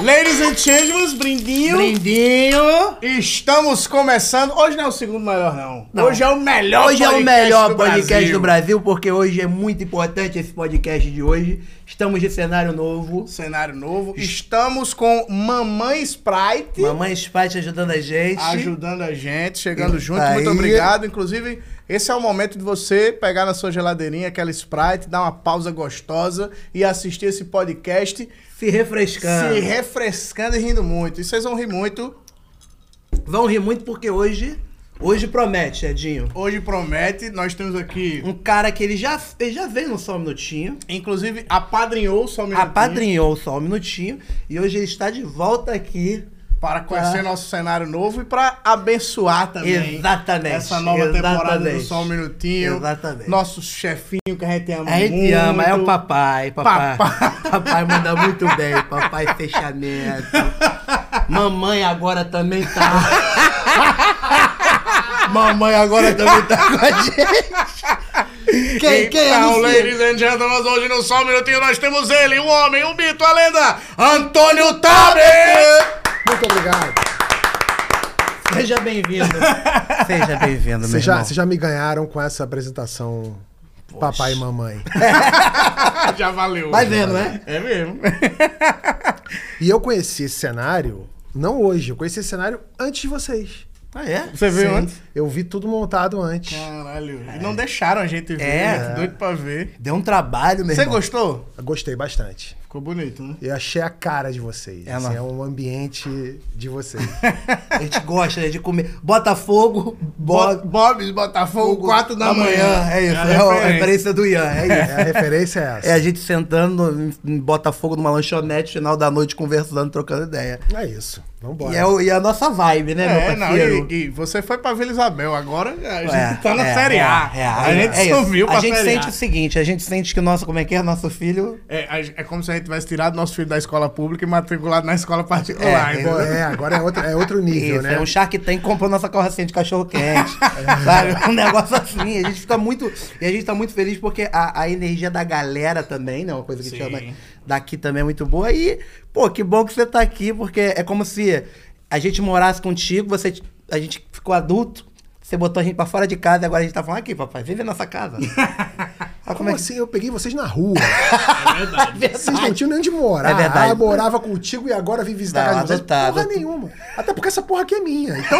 Ladies and gentlemen, brindinho. Brindinho. Estamos começando. Hoje não é o segundo melhor, não. Não. Hoje é o melhor Hoje é o podcast melhor do podcast Brasil. do Brasil, porque hoje é muito importante esse podcast de hoje. Estamos de cenário novo. Cenário novo. Estamos com Mamãe Sprite Mamãe Spite ajudando a gente. ajudando a gente, chegando junto. Aí. Muito obrigado. Inclusive, esse é o momento de você pegar na sua geladeirinha aquela Sprite, dar uma pausa gostosa e assistir esse podcast Se refrescando. se refrescando e rindo muito. E vocês vão rir muito. Vão rir muito porque hoje. Hoje promete, Edinho. Hoje promete, nós temos aqui. Um cara que ele já, ele já veio no Só um Minutinho. Inclusive, apadrinhou o Só um Minutinho Apadrinhou só um minutinho. E hoje ele está de volta aqui. para conhecer Tá. nosso cenário novo e para abençoar também Exatamente, essa nova temporada do exatamente. Só um Minutinho. Exatamente. Nosso chefinho que a gente ama A gente muito. ama, é o papai, papai. Papai. Papai, manda muito bem, papai fechamento. Mamãe agora também tá. Mamãe agora também tá com a gente. Quem, quem é então, você? ladies and gentlemen, hoje no Só um Minutinho nós temos ele, o homem, o mito, a lenda, Antônio Tabet! Muito obrigado. Seja bem-vindo. Seja bem-vindo, meu Vocês já, irmão. vocês já me ganharam com essa apresentação papai e mamãe. Já valeu. Vai vendo, né? É mesmo. E eu conheci esse cenário, não hoje, eu conheci esse cenário antes de vocês. Ah, é? Você viu Sim. antes? Eu vi tudo montado antes. Caralho. E não deixaram a gente ver, É. né? doido pra ver. Deu um trabalho, meu Você irmão. gostou? Gostei bastante. Ficou bonito, né? Eu achei a cara de vocês. É, assim, não. é um ambiente de vocês. A gente gosta né, de comer. Botafogo, Bo- Bob. Bob's Botafogo, 4 da manhã. É isso, a é a referência. referência do Ian. É isso. É, a referência é essa. É a gente sentando em- em Botafogo numa lanchonete, final da noite, conversando, trocando ideia. É isso. Vambora. E é, o- e a nossa vibe, né, É, meu não, e, parceiro? e você foi pra Vila Isabel, agora a gente É, tá na é, Série A. é, é, a é, gente é isso. subiu pra A gente Série sente A. o seguinte, a gente sente que nosso, como é que é, nosso filho... É, a gen- é como se a gente tivesse tirado nosso filho da escola pública e matriculado na escola particular. É, entendeu? Agora- é, agora é outro, é outro nível, Isso, né? é um Shark Tank comprou nossa carrocinha de cachorro-quente, sabe? Um negócio assim, a gente fica muito... E a gente tá muito feliz porque a, a energia da galera também, né? Uma coisa que Sim. a gente chama daqui também é muito boa. E, pô, que bom que você tá aqui, porque é como se a gente morasse contigo, você, a gente ficou adulto, você botou a gente pra fora de casa e agora a gente tá falando aqui, papai, vive nossa casa. Olha Como como é que... assim? Eu peguei vocês na rua. Vocês não Verdade. tinham nem onde morar. É verdade. Ah, morava contigo e agora vim visitar Não, a casa de vocês. adotado. Porra nenhuma. Até porque essa porra aqui é minha. Então,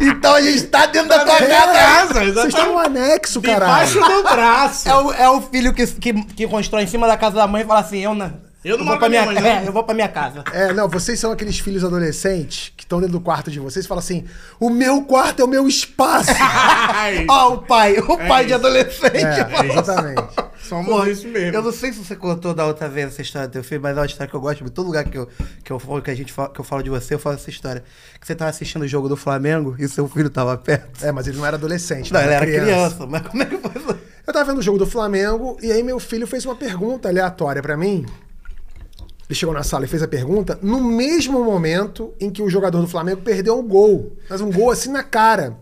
Então a gente tá dentro da tua É, casa. casa, vocês exatamente. estão no anexo, Debaixo caralho. do braço. É o, é o filho que, que, que constrói em cima da casa da mãe e fala assim, eu não... Eu não moro vou com a pra minha minha ca- mãe, não. é, Eu vou pra minha casa. É, não, vocês são aqueles filhos adolescentes que estão dentro do quarto de vocês e falam assim: o meu quarto é o meu espaço. Ai, Ó, o pai, o É pai de isso. adolescente. é, mano. exatamente. somos Porra, isso mesmo. Eu não sei se você contou da outra vez essa história do teu filho, mas é uma história que eu gosto muito. Todo lugar que eu, que eu, falo, que, a gente fala, que eu falo de você, eu falo essa história. Que você tava assistindo o jogo do Flamengo e o seu filho tava perto. É, mas ele não era adolescente. Não, né? ele era criança, mas como é que foi isso? Eu tava vendo o jogo do Flamengo e aí meu filho fez uma pergunta aleatória pra mim. Ele chegou na sala e fez a pergunta no mesmo momento em que o jogador do Flamengo perdeu um gol. Mas um gol assim na cara.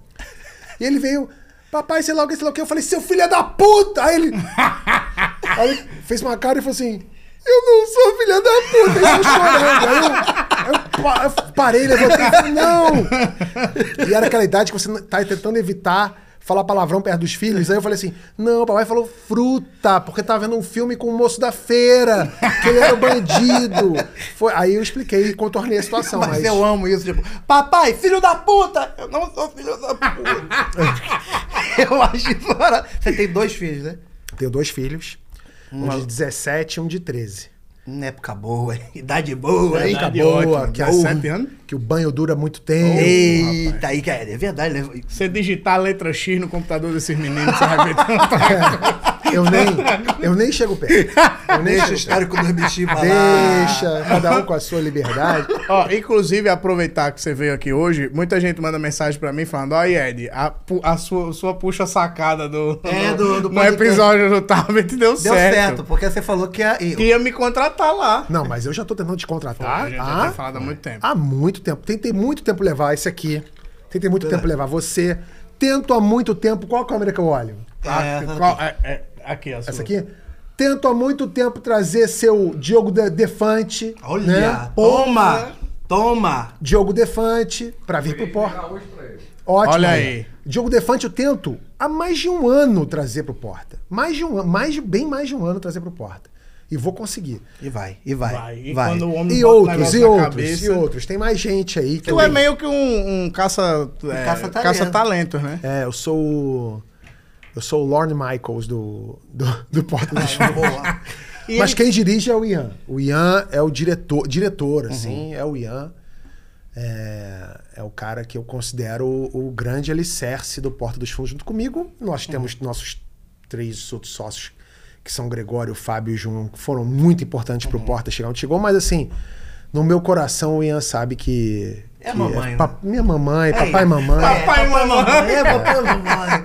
E ele veio, papai, sei lá o que, sei lá o que. Eu falei, seu filho é da puta! Aí ele. Aí ele fez uma cara e falou assim: Eu não sou filha da puta, eu estou chorando. Aí eu, eu pa- eu parei, levantei e falei: Não! E era aquela idade que você não- tá tentando evitar falar palavrão perto dos filhos. Aí eu falei assim: Não, o papai falou fruta, porque tava vendo um filme com o moço da feira, que ele era o bandido. Foi, aí eu expliquei e contornei a situação. mas, Mas, eu amo isso, tipo, papai, filho da puta! Eu não sou filho da puta. eu acho isso mara- Você tem dois filhos, né? Tenho dois filhos, um de 17 e um de 13. Uma Hum, é época boa, hein? idade boa, Verdade. hein? Época Idade boa, ótima, que, boa. o- Sete anos? que o banho dura muito tempo. Eita, aí, cara, é verdade. né? Você digitar a letra X no computador desses meninos, você vai ver tanta- Eu nem, eu nem chego perto. Eu Deixa o nem chego perto. histórico dos bichinhos falar. Deixa, cada um com a sua liberdade. Ó, inclusive, aproveitar que você veio aqui hoje, muita gente manda mensagem pra mim falando, ó, Ed, a, pu- a sua, sua puxa sacada do, É, do- do no podcast. episódio do tablet deu, Deu certo. certo. porque você falou que a. e- Que ia me contratar lá. Não, mas eu já tô tentando te contratar Eu já Ah? tinha há, falado há muito tempo. há muito tempo. Tentei muito tempo levar esse aqui. Tentei muito tempo levar você. Tento há muito tempo. Qual câmera que eu olho? Tá? É, Qual- é- é- aqui, ó. Essa aqui? Tento há muito tempo trazer seu Diogo De- Defante. Olha, né? toma, toma. Diogo Defante, pra vir pro Porta. Ótimo. Olha aí. Diogo Defante eu tento há mais de um ano trazer pro Porta. Mais de um ano, mais de- bem mais de um ano trazer pro Porta. E vou conseguir. E vai, e vai, Vai, vai. e quando o homem E bota o outros, negócio e na outros, cabeça- e outros. Tem mais gente aí. Que Tu eu é dei- meio que um, um caça, é, caça-talento. caça-talentos, né? É, eu sou o... Eu sou o Lorne Michaels do, do, do Porta dos Fundos. Boa. E Mas ele- quem dirige é o Ian. O Ian é o diretor, diretor Uhum. assim, é o Ian. É, é o cara que eu considero o, o grande alicerce do Porta dos Fundos junto comigo. Nós Uhum. temos nossos três outros sócios, que são Gregório, Fábio e João, que foram muito importantes Uhum. pro Porta chegar onde chegou, mas assim, no meu coração o Ian sabe que. É que mamãe, pa- né? Minha mamãe, É papai isso. e mamãe. É, papai e mamãe. mamãe. É, papai e mamãe.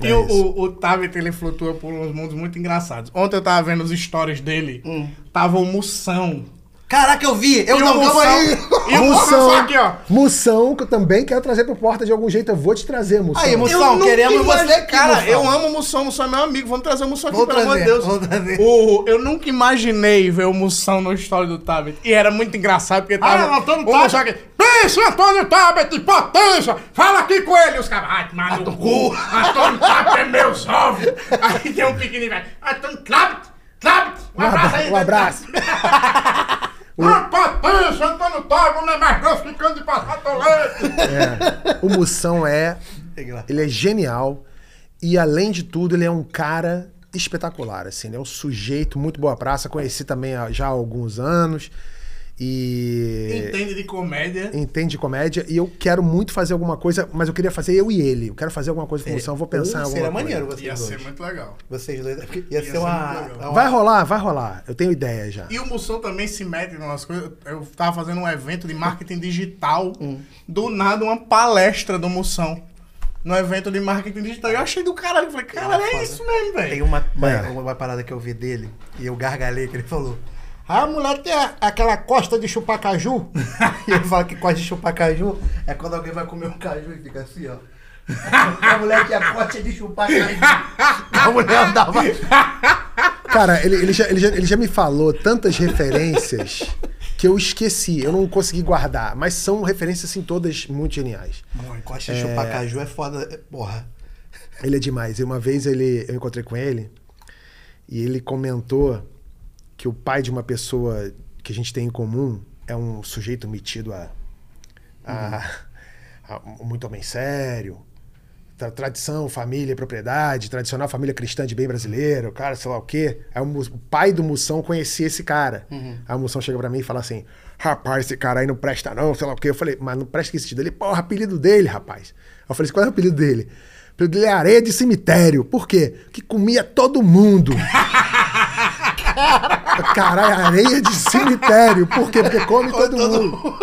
E É o, isso. o, o Tabet, ele flutua por uns mundos muito engraçados. Ontem eu tava vendo os stories dele, Hum. tava o Moção. Caraca, eu vi. Eu E o não, calma Moção- aí. E o Moção aqui, ó. Moção, que eu também quero trazer pro Porta de algum jeito. Eu vou te trazer, Moção. Aí, Moção. nunca queremos você imagi- aqui, Cara, Moção. eu amo o Moção, o Moção é meu amigo. Vamos trazer o Moção aqui, Vamos pelo amor de trazer, Deus. vamos trazer. O, eu nunca imaginei ver o Moção no story do Tabet. E era muito engraçado, porque tava... era o Antônio o Tabet. Moção aqui, Pensa, Antônio Tabet, potência! Fala aqui com ele! Os caras, ai, mano, o cu! Antônio Tabet é meus ovos! Aí tem um pequenininho, velho. Antônio Tabet, Tabet! Um abraço aí, Um abraço. Ah, potência, Antônio Tabet, não é mais grosso ficando de passar tolete! É. O Moção é. Tem lá. Ele é genial. E além de tudo, ele é um cara espetacular, assim, ele é um sujeito muito boa praça, conheci também há- já há alguns anos e Entende de comédia. entende de comédia e eu quero muito fazer alguma coisa, mas eu queria fazer eu e ele, eu quero fazer alguma coisa com o Moção, eu vou pensar em Ou É. alguma Seria coisa. maneiro vocês Ia ser dois. muito legal. Vocês dois. é porque Ia, ser ser uma... muito legal. uma- Vai rolar, vai rolar. Eu tenho ideia já. E o Moção também se mete em umas coisas. Eu tava fazendo um evento de marketing digital. Do nada, uma palestra do Moção. No evento de marketing digital. Eu achei do caralho. Eu falei, caralho, é isso mesmo, Tem velho. uma, uma, É. uma parada que eu vi dele e eu gargalhei que ele falou. "Ah, A mulher tem a- aquela costa de chupar caju. e ele fala que gosta de chupar caju é quando alguém vai comer um caju e fica assim, ó. a mulher que a costa de chupar caju. A mulher andava. Cara, ele, ele, já, ele, já, ele já me falou tantas referências que eu esqueci, eu não consegui guardar, mas são referências assim todas muito geniais. Mano, costa de chupar caju é foda. é- Porra. Ele é demais. E uma vez ele, eu encontrei com ele e ele comentou que o pai de uma pessoa que a gente tem em comum é um sujeito metido a, a- a muito homem sério. tra- Tradição, família, propriedade, tradicional família cristã de bem brasileiro, cara, sei lá o quê. Aí o, Mu- o pai do Moção conhecia esse cara. Uhum. Aí o Moção chega pra mim e fala assim: rapaz, esse cara aí não presta, não, sei lá o quê. Eu falei, mas não presta que sentido? Ele, porra, apelido dele, rapaz. Eu falei, qual é o apelido dele? O apelido dele é areia de cemitério. Por quê? Que comia todo mundo. Caralho, areia de cemitério. Por quê? Porque come todo, mundo.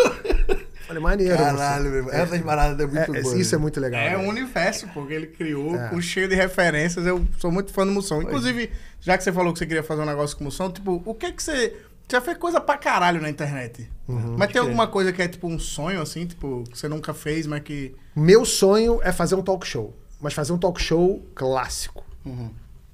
Falei, maneiro. Caralho, meu Moção. irmão. Essas paradas é muito É, boa. isso é muito legal. É né? um universo, porque ele criou com cheio de referências. Eu sou muito fã do Moção. Inclusive, já que você falou que você queria fazer um negócio com o Moção, tipo, o que que você. você Já fez coisa pra caralho na internet. mas tem alguma coisa que é tipo um sonho, assim, tipo, que você nunca fez, mas que. Meu sonho é fazer um talk show, mas fazer um talk show clássico.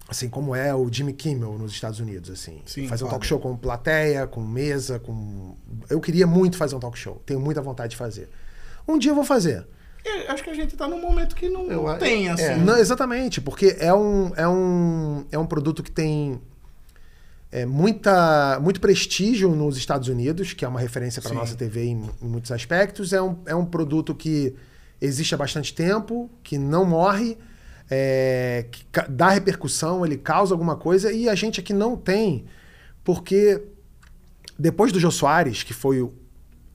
Assim como é o Jimmy Kimmel nos Estados Unidos, assim. Sim, fazer um foda. talk show com plateia, com mesa, com Eu queria muito fazer um talk show, tenho muita vontade de fazer. Um dia eu vou fazer. Eu acho que a gente tá num momento que não Eu- tem, é, assim. Não, exatamente, porque é um é um é um produto que tem é, muita, muito prestígio nos Estados Unidos, que é uma referência para Sim. nossa TV em, em muitos aspectos. É um, é um produto que existe há bastante tempo, que não morre, é, que ca- dá repercussão, ele causa alguma coisa, e a gente aqui não tem, porque depois do Jô Soares, que foi o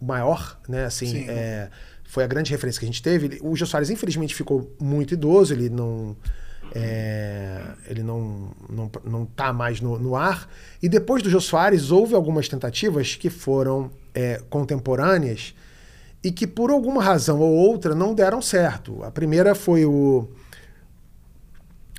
maior, né, assim, Sim. é, foi a grande referência que a gente teve. ele- O Jô Soares, infelizmente, ficou muito idoso, ele não. é, ele não, não, não tá mais no, no ar. E depois do Jô Soares, houve algumas tentativas que foram é, contemporâneas e que, por alguma razão ou outra, não deram certo. A primeira foi o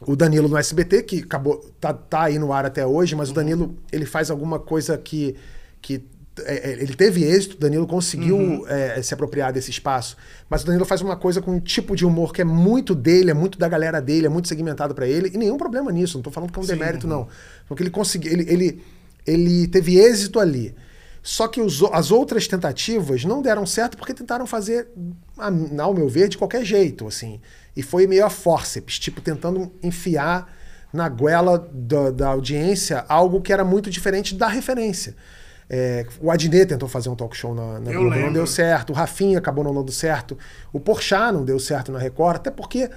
o Danilo no SBT, que acabou, tá, tá aí no ar até hoje, mas o Danilo ele faz alguma coisa que, que é, é, ele teve êxito, Danilo conseguiu é, se apropriar desse espaço, mas o Danilo faz uma coisa com um tipo de humor que é muito dele, é muito da galera dele, é muito segmentado pra ele, e nenhum problema nisso, não tô falando que é um demérito, não. Porque ele conseguiu, ele, ele, ele teve êxito ali. Só que os o- as outras tentativas não deram certo porque tentaram fazer, a- ao meu ver, de qualquer jeito, assim. E foi meio a forceps, tipo, tentando enfiar na goela da, da audiência algo que era muito diferente da referência. É, o Adnet tentou fazer um talk show na, na Eu Globo, não lembro. deu certo. O Rafinha acabou não dando certo. O Porchat não deu certo na Record, até porque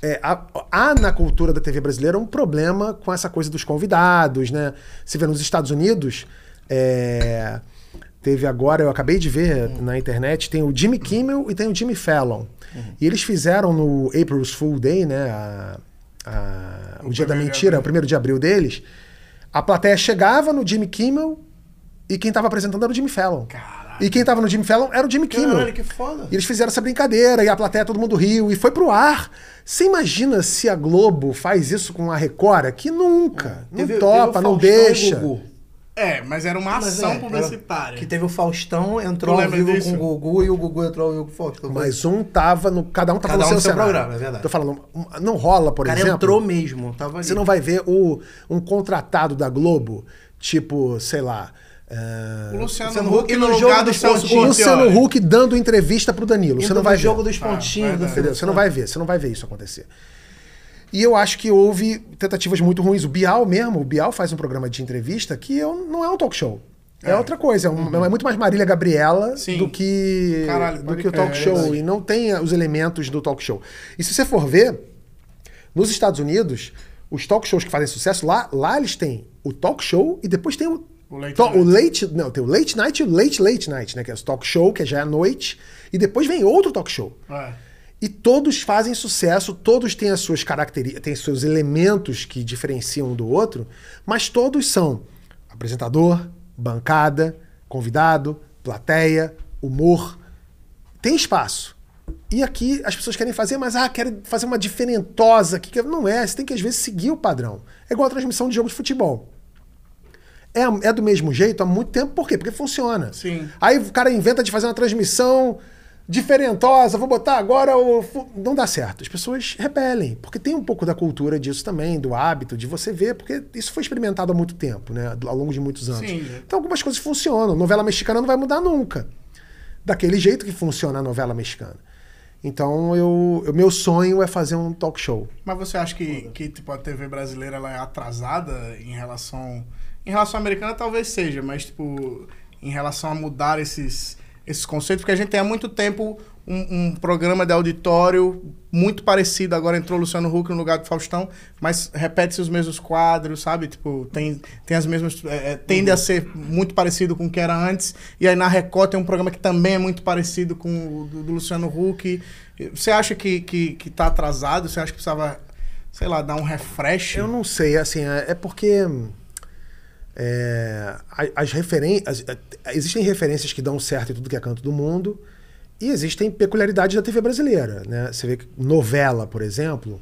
é, há, há na cultura da TV brasileira um problema com essa coisa dos convidados, né? Você vê nos Estados Unidos, é, teve agora, eu acabei de ver na internet, tem o Jimmy Kimmel e tem o Jimmy Fallon. E eles fizeram no April's Fool Day, né? a- a- o, dia da primeiro de mentira, abril. o primeiro de abril deles. A plateia chegava no Jimmy Kimmel e quem estava apresentando era o Jimmy Fallon. Caralho. E quem estava no Jimmy Fallon era o Jimmy Kimmel. Caralho, que foda. E eles fizeram essa brincadeira, e a plateia, todo mundo riu, e foi pro ar. Você imagina se a Globo faz isso com a Record? Que nunca. Não É, Teve- topa, teve o não Faustão e o deixa. Gugu. É, mas era uma Mas ação é, publicitária. era- Que teve o Faustão, entrou Tu ao lembra vivo disso? com o Gugu e o Gugu entrou ao vivo com o Faustão. Mas um tava no. Cada um tava Cada no um seu, no seu cenário. programa, é verdade. Tô falando, um- não rola, por o cara exemplo. entrou mesmo, tava ali. Você não vai ver o, um contratado da Globo, tipo, sei lá. O é, Luciano, Luciano Huck Huck no no lugar jogo do do Celso esportivo. Portiolli. Luciano Huck dando entrevista pro Danilo. Você Indo não vai no ver. jogo Ah, dos pontinhos. verdade. da Entendeu? Você não vai ver, você não vai ver isso acontecer. E eu acho que houve tentativas muito ruins. O Bial mesmo, o Bial faz um programa de entrevista que eu- não é um talk show. É, outra coisa, é, um- é muito mais Marília Gabriela Uhum. Sim. do que Caralho, do pode que o talk crer, é show. verdade. E não tem os elementos do talk show. E se você for ver, nos Estados Unidos, os talk shows que fazem sucesso lá, lá eles têm o talk show e depois tem o O late to- night. o late- não, tem o late night e o late late night, né, que é o talk show, que já é à noite, e depois vem outro talk show. É. E todos fazem sucesso, todos têm as suas características, têm seus elementos que diferenciam um do outro, mas todos são apresentador, bancada, convidado, plateia, humor. Tem espaço. E aqui as pessoas querem fazer, mas ah, querem fazer uma diferentosa aqui. que Não é, você tem que às vezes seguir o padrão. É igual a transmissão de jogo de futebol. É, é do mesmo jeito há muito tempo, por quê? Porque funciona. Sim. Aí o cara inventa de fazer uma transmissão diferentosa, vou botar agora o. fu- Não dá certo. As pessoas repelem, porque tem um pouco da cultura disso também, do hábito, de você ver, porque isso foi experimentado há muito tempo, né? Ao longo de muitos anos. Sim. Então algumas coisas funcionam. Novela mexicana não vai mudar nunca. Daquele jeito que funciona a novela mexicana. Então, eu, eu- meu sonho é fazer um talk show. Mas você acha que, que tipo, a TV brasileira ela é atrasada em relação. Em relação à americana, talvez seja, mas, tipo, em relação a mudar esses, esses conceitos, porque a gente tem há muito tempo um, um programa de auditório muito parecido. Agora entrou o Luciano Huck no lugar do Faustão, mas repete-se os mesmos quadros, sabe? Tipo, tem, tem as mesmas. é, é, Uhum. tende a ser muito parecido com o que era antes. E aí na Record tem um programa que também é muito parecido com o do, do Luciano Huck. Você acha que, que, que tá atrasado? Você acha que precisava, sei lá, dar um refresh? Eu não sei, assim, é, é porque. é, a- as referências. Existem referências que dão certo em tudo que é canto do mundo. E existem peculiaridades da TV brasileira. Né? Você vê que novela, por exemplo.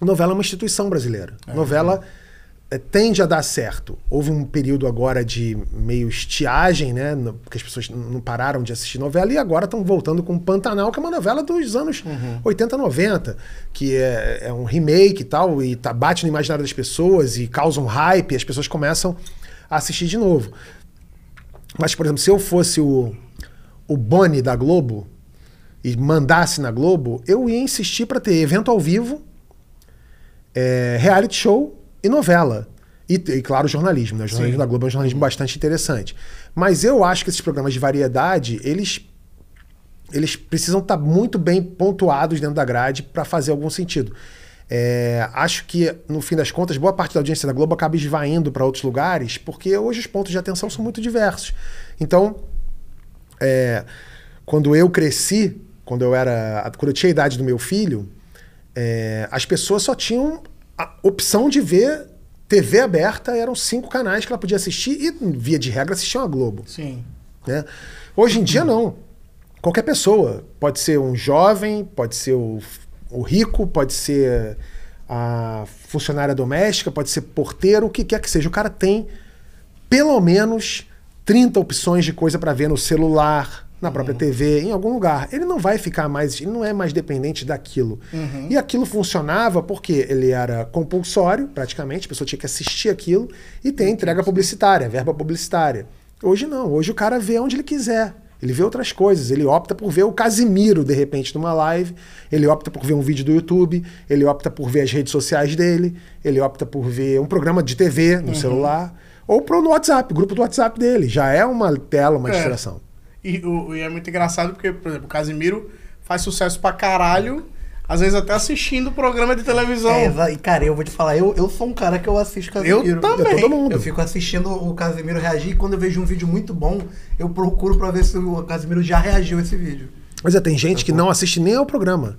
Novela é uma instituição brasileira. novela eh, tende a dar certo. Houve um período agora de meio estiagem, né? no- Porque as pessoas n- não pararam de assistir novela e agora estão voltando com Pantanal, que é uma novela dos anos 80, 90, que é, é um remake e tal, e tá, bate no imaginário das pessoas e causa um hype, e as pessoas começam a assistir de novo. Mas, por exemplo, se eu fosse o, o Boni da Globo e mandasse na Globo, eu ia insistir para ter evento ao vivo, é, reality show e novela. E, e, claro, jornalismo. Né? O jornalismo da Globo é um jornalismo bastante interessante. Mas eu acho que esses programas de variedade, eles eles precisam estar muito bem pontuados dentro da grade para fazer algum sentido. É, acho que, no fim das contas, boa parte da audiência da Globo acaba esvaindo para outros lugares, porque hoje os pontos de atenção são muito diversos. Então, é, quando eu cresci, quando eu era. Quando eu tinha a idade do meu filho, é, as pessoas só tinham a opção de ver TV aberta, eram cinco canais que ela podia assistir e, via de regra, assistiam a Globo. Sim. né? Hoje em dia, não. Qualquer pessoa. Pode ser um jovem, pode ser o, o rico, pode ser a funcionária doméstica, pode ser porteiro, o que quer que seja. O cara tem, pelo menos, 30 opções de coisa pra ver no celular, na própria TV, em algum lugar. Ele não vai ficar mais, ele não é mais dependente daquilo. E aquilo funcionava porque ele era compulsório, praticamente, a pessoa tinha que assistir aquilo e tem a entrega publicitária, a verba publicitária. Hoje não, hoje o cara vê onde ele quiser. Ele vê outras coisas, ele opta por ver o Casimiro, de repente, numa live, ele opta por ver um vídeo do YouTube, ele opta por ver as redes sociais dele, ele opta por ver um programa de TV Uhum. no celular, ou pro no WhatsApp, grupo do WhatsApp dele. Já é uma tela, uma É. distração. E, o- e é muito engraçado porque, por exemplo, o Casimiro faz sucesso pra caralho, às vezes até assistindo programa de televisão. um- É, exa- e, cara, eu vou te falar, eu, eu sou um cara que eu assisto Casimiro. Eu também. Eu, Todo É mundo. eu fico assistindo o Casimiro reagir e quando eu vejo um vídeo muito bom, eu procuro pra ver se o Casimiro já reagiu a esse vídeo. Mas é, Tá tem gente que não assiste nem ao programa.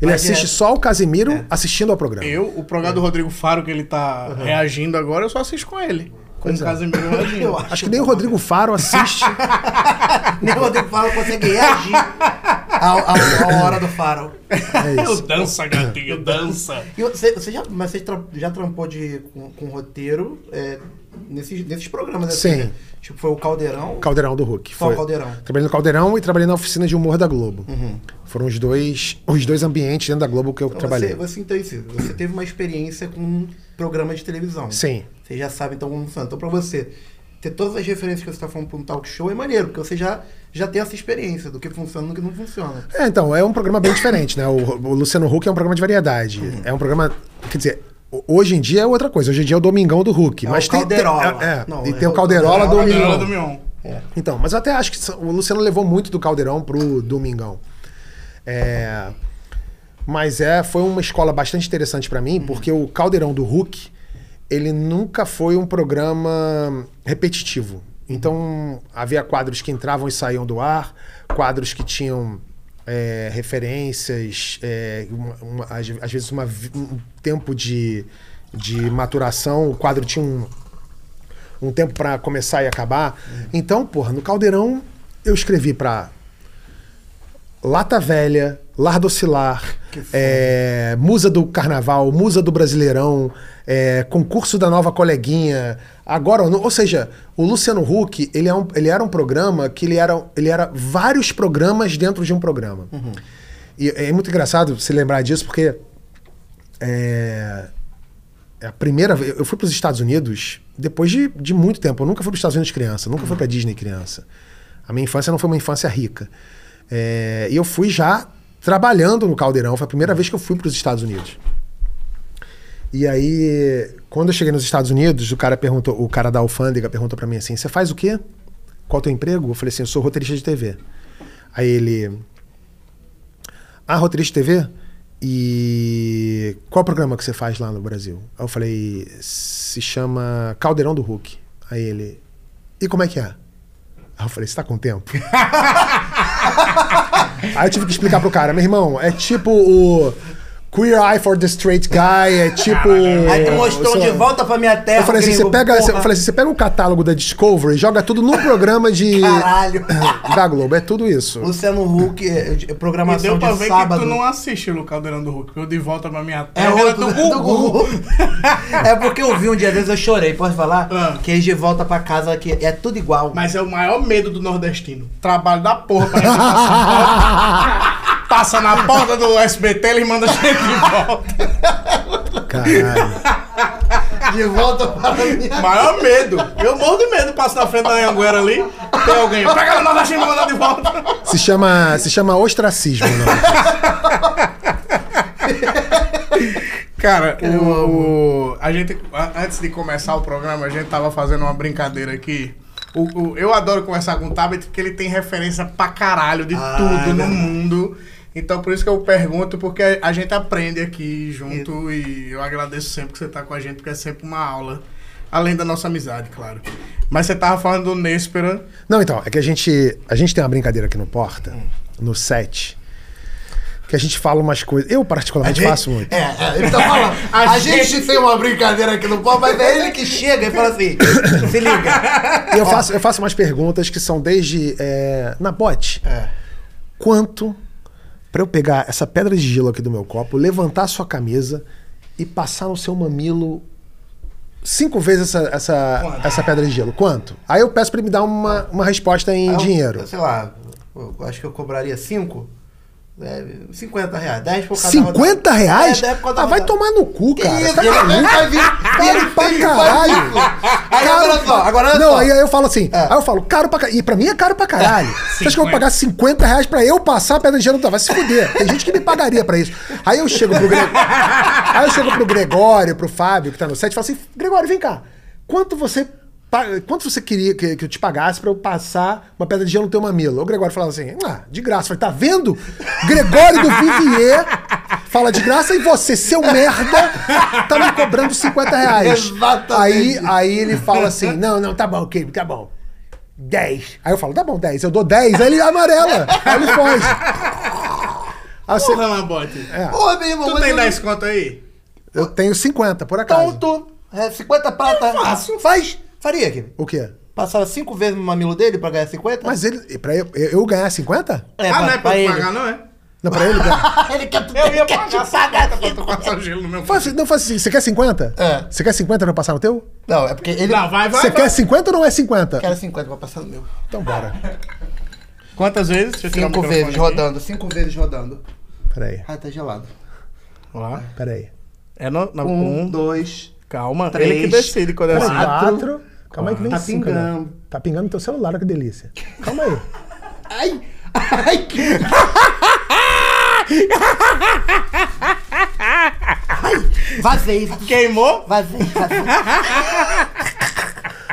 Ele Vai assiste direto. só o Casimiro assistindo ao programa. é. Eu, o programa do Rodrigo Faro, que ele tá Uhum. reagindo agora, eu só assisto com ele. Com é. o Casimiro reagindo. Eu Acho que nem o Rodrigo Faro assiste. É Nem o Rodrigo Faro consegue reagir ao- ao- à hora do Faro. é isso. dança, gatinho, dança. E você, você já, mas você tra- já trampou de, com, com roteiro é, nesses, nesses programas, assim, Sim. né? Tipo, foi o Caldeirão. Caldeirão do Hulk. Qual Caldeirão? Uhum. Trabalhei no Caldeirão e trabalhei na oficina de humor da Globo. Foram os dois, os dois ambientes dentro da Globo que eu Então, trabalhei. Você, você, então, isso, você teve uma experiência com um programa de televisão. Sim. Você já sabe, então, como funciona. Então, pra você ter todas as referências que você tá falando pra um talk show é maneiro, porque você já, já tem essa experiência do que funciona e do que não funciona. É, então, é um programa bem diferente, né? O, o Luciano Huck é um programa de variedade. Uhum. É um programa. Quer dizer, ho- hoje em dia é outra coisa. Hoje em dia é o Domingão do Huck. É mas o tem, Calderola. tem- é, é, Não, e é tem o o Calderola, do Calderola Cadeira do Domingão. Mion. É Então, mas eu até acho que o Luciano levou muito do Caldeirão pro Domingão. É, mas é, foi uma escola bastante interessante pra mim, porque o Caldeirão do Hulk, ele nunca foi um programa repetitivo. Então, havia quadros que entravam e saíam do ar, quadros que tinham é, referências, é, uma- uma- às, às vezes uma vi- um tempo de, de maturação. O quadro tinha um, um tempo pra começar e acabar. Então, porra, no Caldeirão eu escrevi pra Lata Velha, Lardocilar, é, Musa do Carnaval, Musa do Brasileirão, é, Concurso da Nova Coleguinha. Agora, ou não- ou seja, o Luciano Huck, ele, é um- ele era um programa que ele era, ele era vários programas dentro de um programa. E é muito engraçado se lembrar disso, porque é, é a primeira vez. Eu fui para os Estados Unidos depois de, de muito tempo. Eu nunca fui para os Estados Unidos criança, nunca fui para Disney criança. A minha infância não foi uma infância rica. É, e eu fui já trabalhando no Caldeirão. Foi a primeira vez que eu fui para os Estados Unidos. E aí, quando eu cheguei nos Estados Unidos, o cara perguntou, o cara da alfândega perguntou pra mim assim: "Você faz o quê? Qual é o teu emprego?" Eu falei assim: "Eu sou roteirista de TV". Aí ele: "Ah, roteirista de TV? E qual programa que você faz lá no Brasil?" Aí eu falei: "Se chama Caldeirão do Hulk". Aí ele: "E como é que é?" Aí eu falei: "Você tá com tempo?" Aí eu tive que explicar pro cara, meu irmão, é tipo o Queer Eye for the Straight Guy, é tipo. Aí tu mostrou sei de lá. volta pra minha terra, Eu falei, assim, gringo, você pega, porra. eu falei assim, você pega o catálogo da Discovery e joga tudo num programa de. Caralho. Da Globo, é tudo isso. Luciano Huck, é, é, E programação deu pra de ver sábado. que tu não assiste o Caldeirão do Hulk. porque Eu de volta pra minha É terra. outro era do Gugu. é porque eu vi um dia desses, eu chorei, posso falar? Ah. Que eles de volta pra casa que é tudo igual. Mas é o maior medo do nordestino. Trabalho da porra pra gente passar na porta. Passa na porta do SBT, eles mandam a gente de volta. Caralho. De volta pra minha Maior medo. Eu morro de medo. Passo na frente da Anhanguera ali, tem alguém. Pega no nordestino e manda de volta. Se chama, se chama ostracismo, não. Cara, o, o- a gente, a- antes de começar o programa, a gente tava fazendo uma brincadeira aqui. O, o- eu adoro conversar com o Tabet porque ele tem referência pra caralho de Ah, tudo é no verdade. mundo. Então por isso que eu pergunto, porque a gente aprende aqui junto e eu agradeço sempre que você tá com a gente, porque é sempre uma aula. Além da nossa amizade, claro. Mas você tava falando do Néspera. Não, então, é que a gente, a gente tem uma brincadeira aqui no Porta, no set, que a gente fala umas coisas. Eu, particularmente, faço muito. É, é, ele tá falando. A, gente... tem uma brincadeira aqui no pau, mas é ele que chega e fala assim: se liga. E eu faço, eu faço umas perguntas que são desde. É, na bote. Quanto pra eu pegar essa pedra de gelo aqui do meu copo, levantar sua camisa e passar no seu mamilo cinco vezes essa, essa, essa pedra de gelo. Quanto? Aí eu peço pra ele me dar uma, uma resposta em Ah, eu- dinheiro. Sei lá, eu acho que eu cobraria 5. É, 50 reais. 10 por cada 50 rodada. reais? É, 10 por cada Ah, vai rodada. tomar no cu, Que cara. isso, Tá ele maluco? vai vir- Caro pra caralho. Aí Caro- agora só, agora olha Não, só. aí, aí eu falo assim. Aí eu falo, caro pra caralho. E pra mim é caro pra caralho. Você acha que eu vou pagar 50 reais pra eu passar a pedra de gelo? Vai se fuder. Tem gente que me pagaria pra isso. Aí eu chego pro, Gre... aí eu chego pro Gregório, pro Fábio, que tá no set, e falo assim: Gregório, vem cá. Quanto você. pa- Quanto você queria que, que eu te pagasse pra eu passar uma pedra de gelo no teu mamilo? O Gregório falava assim, ah, de graça. Eu falei, tá vendo? Gregório do Vivier fala de graça e você, seu merda, tá me cobrando 50 reais. Exatamente. Aí, Aí ele fala assim: não, não, tá bom, Kim, tá bom. 10. Aí eu falo, tá bom, 10. Eu dou 10, aí ele amarela. Aí ele foge. Assim, Aí você- Porra, Lambote. Porra, meu irmão, É. Tu mas tem eu- 10 conto aí? eu tenho 50, por acaso. Tonto. É, 50 prata. Faz. Faria aqui. O quê? Passava 5 vezes no mamilo dele pra ganhar 50? Mas ele. Pra eu, eu ganhar 50? É, ah, não é pra, tu ele. pagar, não é? Não, pra ele ganhar. Ele quer, Eu ele ia quer pagar te pagar. 50 pra tu passar o gelo no meu Faz- não faz assim, você quer 50? É. Você quer 50 pra eu passar no teu? Não, é porque ele. Não, vai, vai. Você vai. quer 50 ou não é 50? Quero 50 pra passar no meu. Então bora. Quantas vezes? Deixa eu tirar o 5 microfone vezes aqui. rodando, 5 vezes rodando. Peraí, Ai, tá gelado. Vamos lá. peraí. É no, no, 1, um, 2. calma. três, Ele que decide quando é Peraí, assim. Quatro. Calma aí que vem Tá cinco, né? pingando. Tá pingando no teu celular, olha que delícia. Calma aí. Ai! Ai, que. Ai, vazei, vazei, Queimou? vazei.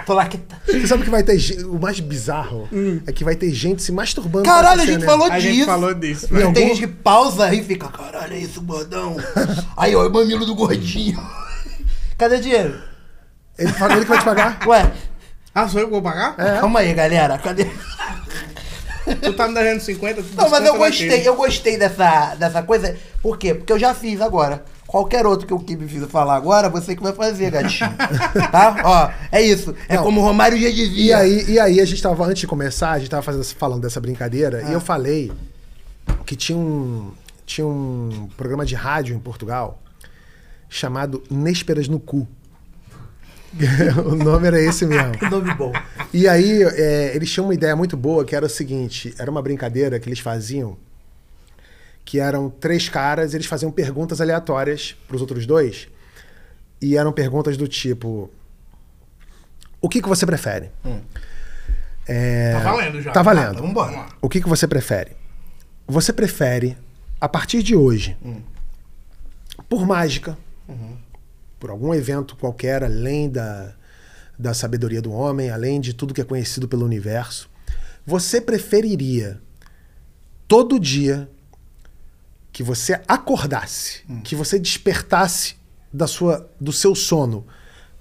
Tô lá que tá. Você sabe que vai ter. ge- O mais bizarro é que vai ter gente se masturbando. com Hum. Caralho, a você, gente né? falou Tá A disso. gente falou disso. Tem velho. algum- gente que pausa e fica, caralho, é isso, gordão. Aí, ó, é o mamilo do gordinho. Cadê o dinheiro? Ele, fala- ele que vai te pagar? Ué, Ah, sou eu que vou pagar? É. calma aí, galera. Cadê? Tu tá me devendo 50? tu Não, mas eu desconta gostei, naquele. eu gostei dessa, dessa coisa. Por quê? Porque eu já fiz agora. Qualquer outro que o Kibe fizer falar agora, você que vai fazer, gatinho. tá? Ó, é isso. É Não. como o Romário já E dizia. aí, e aí a gente tava, antes de começar, a gente tava fazendo, falando dessa brincadeira Ah. e eu falei que tinha um, tinha um programa de rádio em Portugal chamado Nésperas no Cu. o nome era esse mesmo. Que nome bom. E aí, é, eles tinham uma ideia muito boa que era o seguinte: era uma brincadeira que eles faziam, que eram três caras, eles faziam perguntas aleatórias para os outros dois, e eram perguntas do tipo: O que, que você prefere? É, Tá valendo já. Tá valendo. Então, vambora. O que, que você prefere? Você prefere, a partir de hoje, por mágica, por algum evento qualquer, além da, da sabedoria do homem, além de tudo que é conhecido pelo universo, você preferiria todo dia que você acordasse, que você despertasse da sua, do seu sono.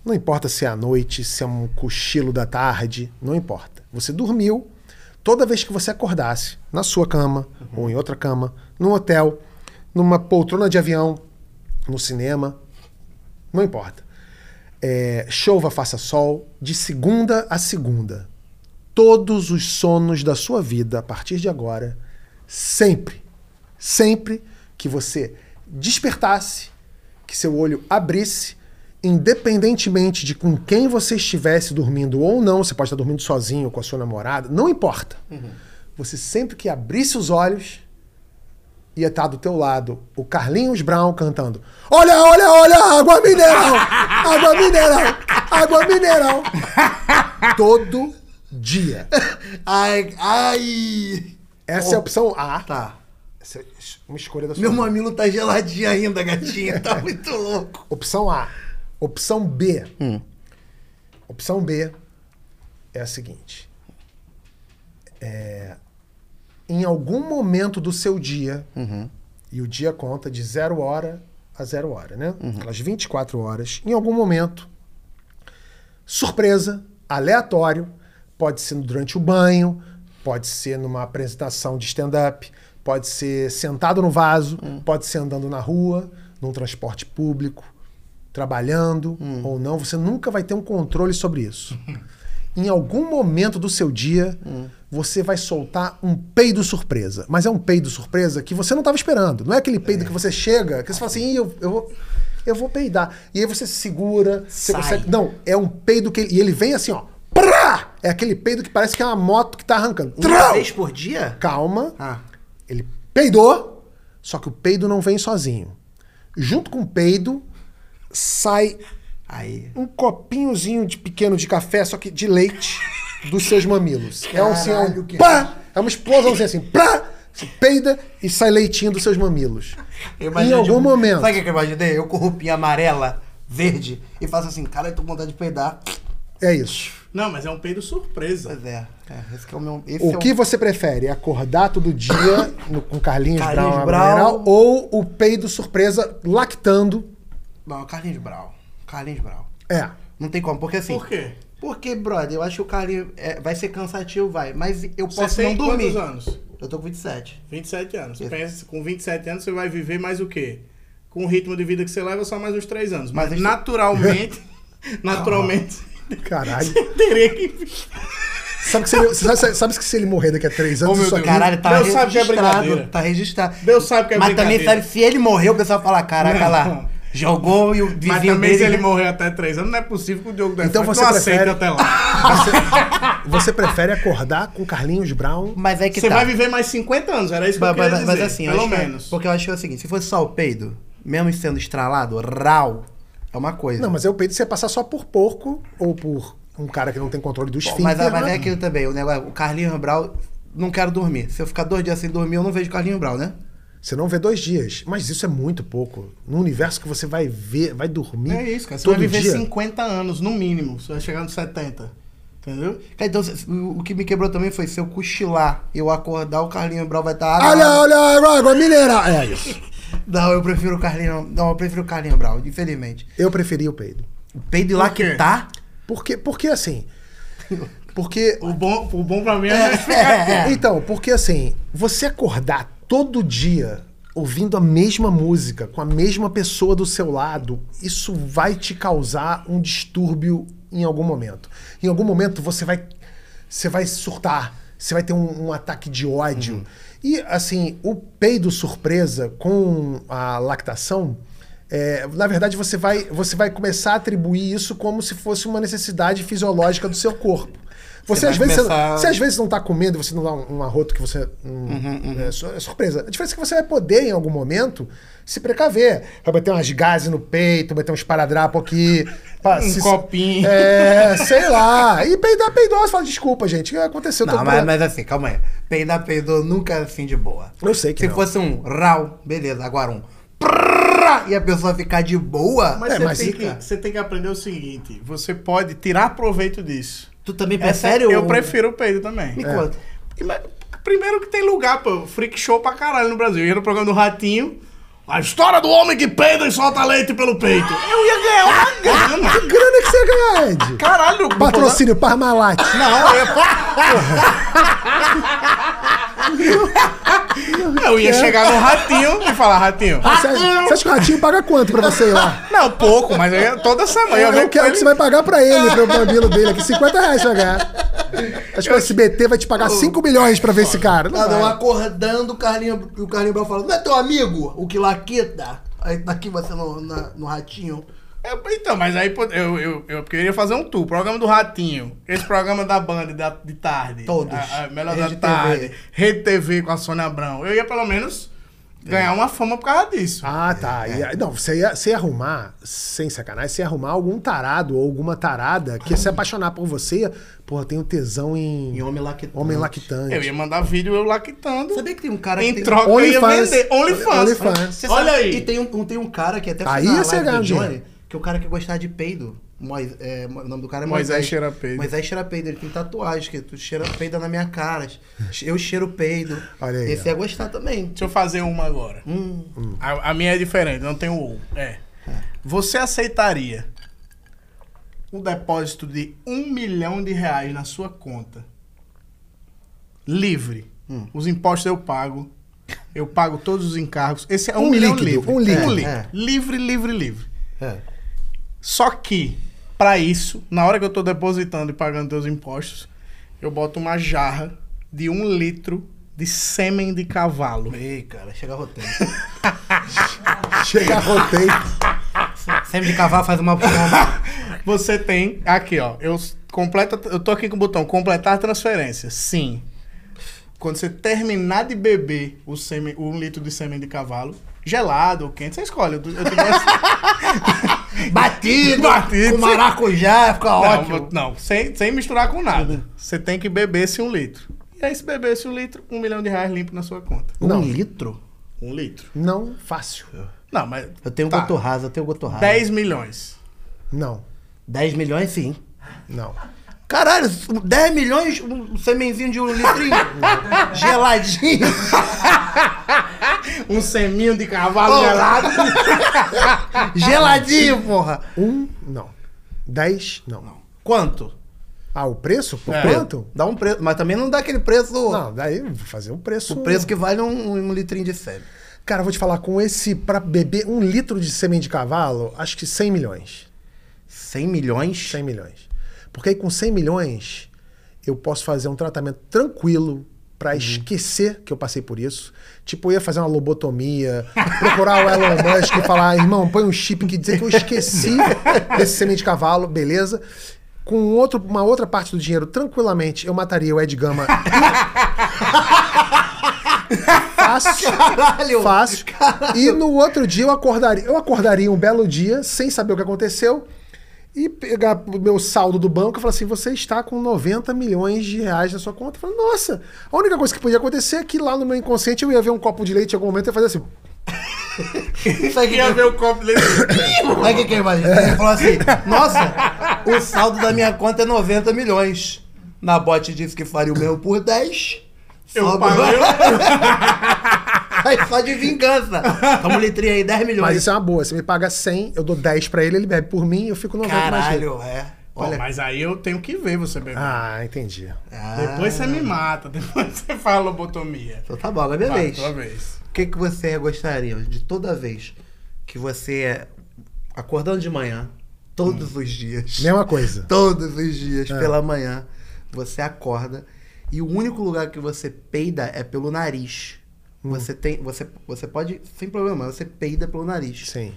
Não importa se é à noite, se é um cochilo da tarde, não importa. Você dormiu, toda vez que você acordasse, na sua cama, ou em outra cama, num hotel, numa poltrona de avião, no cinema, não importa. É, chova, faça sol, de segunda a segunda. Todos os sonos da sua vida, a partir de agora, sempre, sempre que você despertasse, que seu olho abrisse, independentemente de com quem você estivesse dormindo ou não, você pode estar dormindo sozinho, com a sua namorada, não importa. Você sempre que abrisse os olhos, ia estar do teu lado o Carlinhos Brown cantando: Olha, olha, olha, água mineral! Água mineral! Água mineral! Todo dia. Ai, ai. Essa é a opção A. Tá. Essa é uma escolha da sua Meu vida. mamilo tá geladinho ainda, gatinho. Tá muito louco. Opção A. Opção B. Opção B é a seguinte. É, em algum momento do seu dia, e o dia conta de zero hora a zero hora, né? Aquelas 24 horas, em algum momento, surpresa, aleatório, pode ser durante o banho, pode ser numa apresentação de stand-up, pode ser sentado no vaso, pode ser andando na rua, num transporte público, trabalhando ou não, você nunca vai ter um controle sobre isso. em algum momento do seu dia, você vai soltar um peido surpresa. Mas é um peido surpresa que você não estava esperando. Não é aquele peido que você chega, que você fala assim, Ih, eu, eu vou. eu vou peidar. E aí você se segura, você Sai. consegue. Não, é um peido que ele. E ele vem assim, ó. Prá! É aquele peido que parece que é uma moto que tá arrancando. Uma Trau! vez por dia? Calma. Ah. Ele peidou, só que o peido não vem sozinho. Junto com o peido, sai Aí. um copinhozinho de pequeno de café, só que de leite, dos seus mamilos. é um, assim, é Caralho, um que pá! É uma explosãozinha assim, pá! Você peida e sai leitinho dos seus mamilos. Eu em imagino algum de- momento. Sabe o que eu imaginei? Eu com roupinha amarela, verde, e faço assim, cara, eu tô com vontade de peidar. É isso. Não, mas é um peido surpresa. Pois é. é, esse que é o meu. Esse O é que você prefere? Acordar todo dia no- com Carlinhos, Carlinhos Brown, Brown. Mineral, ou o peido surpresa lactando? Não, é Carlinhos Brau. Carlinhos Brau. É. Não tem como, porque assim. Por quê? Porque, brother, eu acho que o Carlinhos é, vai ser cansativo, vai. Mas eu Você posso tem não dormir. quantos anos? Eu tô com 27. 27 anos. Você pensa, com 27 anos você vai viver mais o quê? Com o ritmo de vida que você leva, só mais uns 3 anos. Mas, Mas isso- naturalmente, naturalmente, Caralho. teria que... Sabe que, se ele, sabe- sabe, sabe que se ele morrer daqui a três anos, Oh, meu isso aqui- Deus. Caralho, tá Deus sabe que é registrado. brincadeira. tá registrado. Deus sabe que é Mas também brincadeira. sabe, se ele morrer, o pessoal fala, caraca Não. lá. Jogou e o vizinho Mas também dele... se ele morrer até 3 anos, não é possível que o Diogo Então Defante você não aceite prefere- até lá. Você, você prefere acordar com Carlinhos Brown? Mas é que Você tá. vai viver mais 50 anos, era isso que eu Mas, queria mas- dizer. mas assim, eu pelo acho que- menos. porque eu acho que é o seguinte, se fosse só o peido, mesmo sendo estralado, rau, é uma coisa. Não, mas é o peito de você passar só por porco ou por um cara que não tem controle do esfíncter. Mas, a- mas né? é aquilo também, o negócio, o Carlinhos Brau, não quero dormir. Se eu ficar dois dias sem dormir, eu não vejo Carlinhos Brau, né? Você não vê dois dias. Mas isso é muito pouco. Num universo que você vai ver, vai dormir. É isso, cara. Você todo vai viver dia. 50 anos, no mínimo. Você vai chegar nos 70. Entendeu? Cara, Então, se- o o que me quebrou também foi se eu cochilar, eu acordar, o Carlinhos Brau vai tá estar... Olha, olha, água mineral. É isso. Não, eu prefiro o Carlinhos... Não, eu prefiro o Carlinhos Brau, infelizmente. Eu preferi o peido. O peido lá quê? que tá... Porque, porque assim. Porque. O bom, o bom pra mim é explicar. Então, porque assim, você acordar todo dia ouvindo a mesma música, com a mesma pessoa do seu lado, isso vai te causar um distúrbio em algum momento. Em algum momento você vai você vai surtar, você vai ter um, um ataque de ódio. Uhum. E assim, o peido surpresa com a lactação, é, na verdade você vai você vai começar a atribuir isso como se fosse uma necessidade fisiológica do seu corpo. Você, vai às vezes, começar- você, você às vezes não tá comendo, você não dá um, um arroto que você. um- É, su- é surpresa. A diferença é que você vai poder, em algum momento, se precaver. Vai bater umas gases no peito, bater um esparadrapo aqui. pa- Um copinho. É, sei lá. E peidar, peidou, você fala, desculpa, gente, aconteceu Não, todo mas, mas assim, calma aí. Peidar, peidou, nunca é assim de boa. Eu sei que Se não. fosse um rau, beleza. Agora um prrrá, e a pessoa ficar de boa. Mas, É, você, mas tem fica. que, você tem que aprender o seguinte: você pode tirar proveito disso. tu também Essa- prefere um- o... Eu prefiro o peido também. É É. Me conta. Ima- Primeiro que tem lugar, pô, freak show pra caralho no Brasil. Eu ia no programa do Ratinho. A história do homem que peida e solta leite pelo peito. Eu ia ganhar uma grana. Que grana que você ganha, Ed? Caralho, no Patrocínio Parmalat. programa- Não, eu ia. Eu ia chegar no Ratinho e falar: Ratinho. Você acha, você acha que o ratinho paga quanto pra você ir lá? Não, pouco, mas eu ia toda semana. Eu, ia ver quero com que ele. você vai pagar pra ele, pro mamilo dele aqui. 50 reais você vai ganhar. Acho que o SBT vai te pagar 5 milhões pra ver esse cara. Não Ah, não, vai. acordando o Carlinho, e o Carlinho Brau falando, não é teu amigo, o que laqueta. Aí daqui você no, na- no ratinho. Eu- então, mas aí pô, eu, eu, eu queria fazer um tour. Programa do Ratinho. Esse programa da Band da, de tarde. Todos. A, a Melhor Rede da Tarde. TV. Rede TV com a Sônia Abrão. Eu ia pelo menos É. ganhar uma fama por causa disso. Ah, tá. E aí- não, você ia, você ia arrumar, sem sacanagem, você ia arrumar algum tarado ou alguma tarada que ia se apaixonar por você. Porra, tem um tesão em, E homem laquetante. homem lactante. eu ia mandar vídeo eu lactando. Sabia que tem um cara Em que tem... troca eu ia OnlyFans. vender. OnlyFans. OnlyFans. Você Olha sabe- aí. E tem um, um- tem um cara que até Tá Aí na ia ser live do ganho Johnny, dinheiro. que é o cara que gostava de peido. Mois- é, mo- o nome do cara é Moisés Moisés. cheira peido. Moisés cheira peido. Ele tem tatuagem que tu cheira peido na minha cara. Eu cheiro peido. Olha aí, Hum. Esse ia gostar também. Hum. Deixa eu fazer uma agora. A, a minha é diferente, não tem o ou. É. Você aceitaria um depósito de um milhão de reais na sua conta? Livre. Hum. Os impostos eu pago. Eu pago todos os encargos. Esse é um, Um milhão líquido, livre. um líquido. É. Livre, livre, livre. É. Só que, pra isso, na hora que eu tô depositando e pagando teus impostos, eu boto uma jarra de um litro de sêmen de cavalo. Ei, cara, chega rotando. Chega, rotei. Sempre de cavalo faz uma bomba. Você tem. Aqui, ó. Eu, completa, eu tô aqui com o botão completar a transferência. Sim. Quando você terminar de beber o sêmen, um litro de sêmen de cavalo, gelado ou quente, você escolhe. Eu, eu tenho essa- Batido, Batido. com maracujá, fica ótimo. não, não sem, sem misturar com nada. Você tem que beber esse um litro. E aí, se beber esse um litro, um milhão de reais limpo na sua conta. Não. litro? Um litro. Não, fácil. Não, mas Eu tenho um Tá. goto raso, eu tenho goto raso. 10 milhões. Não, 10 milhões, sim. não. Caralho, 10 milhões, um semenzinho de um litrinho. geladinho. Um seminho de cavalo gelado. geladinho, porra. Um, não. Dez, não. Quanto? Ah, o preço? Por É. quanto? Dá um preço, mas também não dá aquele preço, Não, daí eu vou fazer um preço. o preço que vale um, um litrinho de sêmen. Cara, eu vou te falar, com esse, pra beber um litro de sêmen de cavalo, acho que 100 milhões. 100 milhões? 100 milhões. Porque aí com 100 milhões, eu posso fazer um tratamento tranquilo pra esquecer que eu passei por isso. Tipo, eu ia fazer uma lobotomia, procurar o Elon Musk e falar, irmão, põe um chip que dizer que eu esqueci desse sêmen de cavalo, beleza? Com outro, uma outra parte do dinheiro, tranquilamente, eu mataria o Ed Gama. Fácil. Caralho! Fácil. E no outro dia eu acordaria. Eu acordaria um belo dia, sem saber o que aconteceu, e pegar o meu saldo do banco e falar assim: você está com 90 milhões de reais na sua conta. Eu falo, nossa, a única coisa que podia acontecer é que lá no meu inconsciente eu ia ver um copo de leite em algum momento e ia fazer assim. Sabe o que, Queria ver um- o copo desse. sabe o que, que eu imagino? Ele falou assim, nossa, o saldo da minha conta é 90 milhões. Na bote disse que faria o mesmo por 10. Eu Sobe- paguei. Aí só de vingança. Toma um litrinho aí, 10 milhões. Mas isso é uma boa. Você me paga 100, eu dou 10 pra ele, ele bebe por mim, eu fico 90 mais dele. Caralho, é. Olha, Olha, mas aí eu tenho que ver você beber. Ah, entendi. Depois você me mata, depois você faz lobotomia. ah, então tá bom, agora é minha Vai, vez. tua vez. O que, que você gostaria de toda vez que você, é acordando de manhã, todos os dias, Mesma coisa. todos os dias pela manhã, você acorda e o único lugar que você peida é pelo nariz. Você tem, você, você pode, sem problema, você peida pelo nariz. Sim.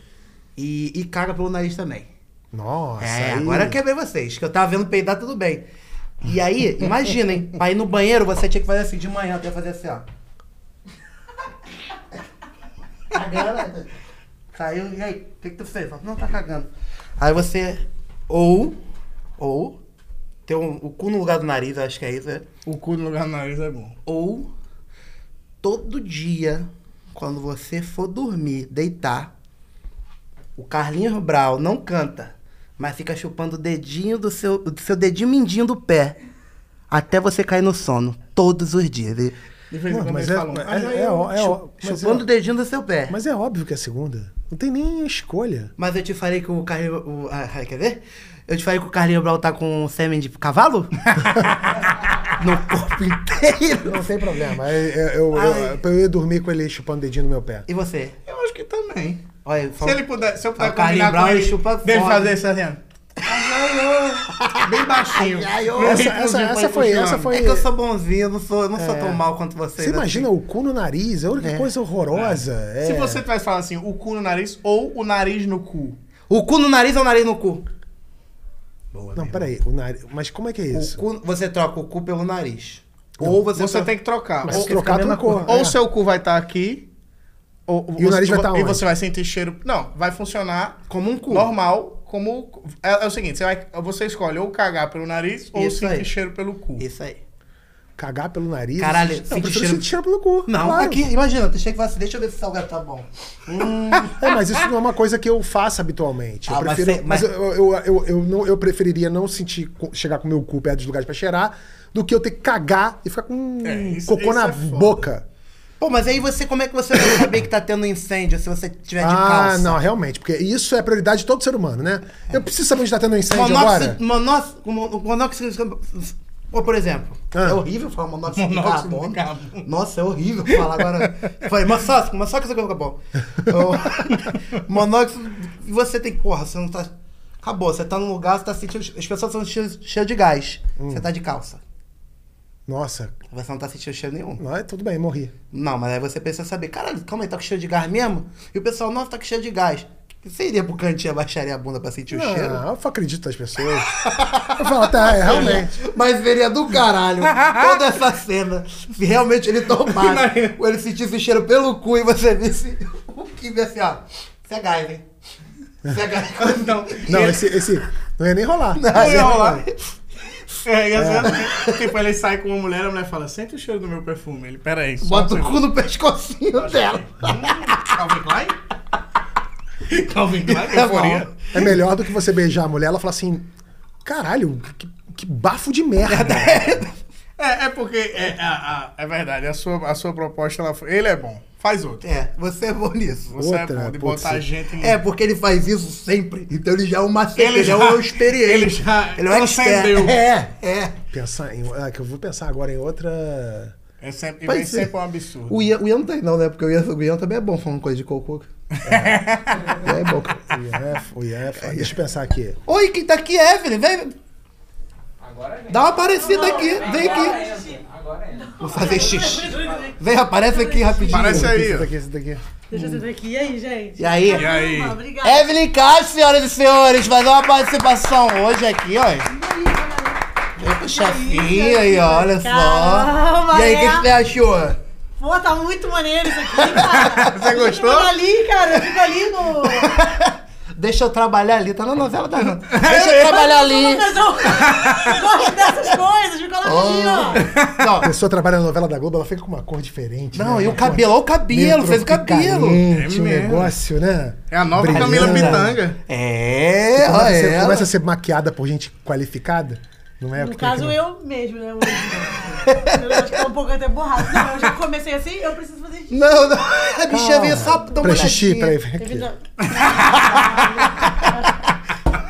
E, e caga pelo nariz também. Nossa. é, aí- agora eu quebrei vocês, que eu tava vendo peidar tudo bem. E aí, imaginem, pra ir no banheiro você tinha que fazer assim de manhã, até fazer assim, ó. Cagando. Saiu, Tá, e aí, o que, que tu fez? Fala, Não, tá cagando. Aí você, ou, ou, tem um- o cu no lugar do nariz, acho que é isso, é. O cu no lugar do nariz é bom. Ou, todo dia, quando você for dormir, deitar, o Carlinhos Brau não canta, mas fica chupando o dedinho do seu, do seu dedinho mindinho do pé, até você cair no sono, todos os dias. Ele- De vez em Mano, quando mas eles é, falam. é- "Mas aí é eu ó- é chupo". ó- mas é ó- chupando o dedinho do seu pé. Mas... mas é óbvio que é a segunda. Não tem nem escolha. eu te falei que o Carlinhos... o- ah, ah, quer ver? Eu te falei que o Carlinhos Brau tá com sêmen de cavalo? no corpo inteiro. Não tem problema. É, Eu, eu, eu, eu ia dormir com ele chupando o dedinho no meu pé. E você? Eu acho que também. Olha, eu Se falo- ele puder, se eu puder o Carlinhos combinar Brown, com ele ele, chupa dele foda. fazer isso assim, ó. Bem baixinho. Ai, ô. No Essa- ritmozinho essa- pra essa ir foi- puxando. essa foi- É que eu sou bonzinho, eu não sou, eu não sou tão mal quanto vocês. Você imagina o cu no nariz? É a única coisa horrorosa. É. Se você tivesse falado assim, o cu no nariz ou o nariz no cu. assim. O cu no nariz ou o nariz no cu? Boa, Não, peraí. O nariz... Mas como é que é O isso? cu, você troca o cu pelo nariz. Ou você, Você, tem é que trocar. tá- Mas ou se fica trocar, a mesma trocou. ou É. seu cu vai estar aqui. Ou, E o nariz vai tá E onde? você vai sentir cheiro. Não, vai funcionar como um cu. normal, como. É, é o seguinte, você, vai- você escolhe ou cagar pelo nariz ou Isso sentir aí. cheiro pelo cu. Isso aí. Cagar pelo nariz? Caralho, não, eu sente prefiro cheiro- sentir cheiro pelo cu. Não, claro. aqui, imagina, tu chega e fala assim, deixa eu ver se o salgado tá bom. Hum, É, mas isso não é uma coisa que eu faço habitualmente. Eu Ah, mas prefiro. cê- Mas, mas- eu, eu, eu, eu não, eu preferiria não sentir co- chegar com meu cu perto dos lugares pra cheirar do que eu ter que cagar e ficar com um É, isso- cocô isso na é foda. boca. Pô, mas aí você, como é que você vai saber que tá tendo incêndio se você tiver de Ah, calça? não, realmente, porque isso é prioridade de todo ser humano, né? Eu preciso saber onde tá tendo um incêndio agora. Monóxido, monóxido, monóxido, Pô, por exemplo, Ah. é horrível falar monóxido, Monóxido de carbono. de carbono. Nossa, é horrível falar agora. Falei, monóxido, monóxido de é carbono. Eu- monóxido, e você tem que, porra, você não tá... Acabou, você tá num lugar, você tá sentindo... As pessoas estão cheias cheias de gás. Hum. Você tá de calça. Nossa, Você não tá sentindo cheiro nenhum. não, é, tudo bem, morri. Não, mas aí você precisa saber, caralho, calma aí, tá com cheiro de gás mesmo? E o pessoal, nossa, tá com cheiro de gás. Você iria pro cantinho abaixaria a bunda pra sentir o cheiro? Não, é, eu acredito nas pessoas. Eu falo, tá, é, realmente. Mas seria do caralho toda essa cena se realmente ele tomasse, ou ele sentisse o cheiro pelo cu e você visse o Kim assim, ó. Você é gás, hein? Você é gás. Não, Não, ele- esse, esse não ia nem rolar. não ia rolar. É, e às vezes, tipo, ele sai com uma mulher, a mulher fala, sente o cheiro do meu perfume. Ele, pera aí. só Bota um Hum, o cu no pescocinho dela. Calvin Klein? Calvin Klein, É euforia. bom. É melhor do que você beijar a mulher, ela fala assim: caralho, que, que bafo de merda. É, é porque, é, a- a- é verdade, a sua, a sua proposta, ela, foi- ele é bom, faz outro. É, você é bom nisso. Você um é Outra, bom de putz. botar gente em... É, porque ele faz isso sempre. Então ele já é uma ele, ele já- é um experiente. ele já ele é um transcendeu. expert. É, é. Pensar em. ah, que eu vou pensar agora em outra. É sempre, e Pode vem ser. sempre um absurdo. O Ian, o Ian não tem não, né? Porque o Ian, o Ian também é bom falando coisa de cocô. É, é bom. O Ian é f- o Ian é f- Deixa eu pensar aqui. Oi, quem tá aqui, Evelyn? Vem. Dá uma aparecida aqui. Vem aqui. Agora entra. Vou fazer xixi. Vem, aparece aqui rapidinho. Parece aí, ó. Esse daqui. Deixa eu sentar aqui. E aí, gente? E aí? É- E aí? Ah, Obrigada. Evelyn Castro, senhoras e senhores, vai dar uma participação hoje aqui, ó. Puxa chafinha aí, ó, olha só. Caramba, E aí, o que é. que você achou? Pô, tá muito maneiro isso aqui, cara. Você gostou? Eu fico ali, cara. Eu fico ali no... Deixa eu trabalhar ali, tá na novela da Rita. Deixa eu trabalhar ali. Mas eu eu gosto dessas coisas. Me Oh. coloca ali, ó. A pessoa trabalha na novela da Globo, ela fica com uma cor diferente. Não, né? e o Uma cabelo, olha o cor cabelo, fez o cabelo. metropicarente, É um mesmo. negócio, né? É a nova Brilhante. Camila Pitanga. É, Começa, olha a ser- ela. começa assim. a ser maquiada por gente qualificada. Não é No porque caso, não- eu mesmo, né? hoje. Eu acho que tô um pouco até borrado. Não, eu já comecei assim, eu preciso fazer xixi. Não, não, a bichinha veio só dar uma Pra xixi, olhadinha. peraí, vem Teve aqui. já-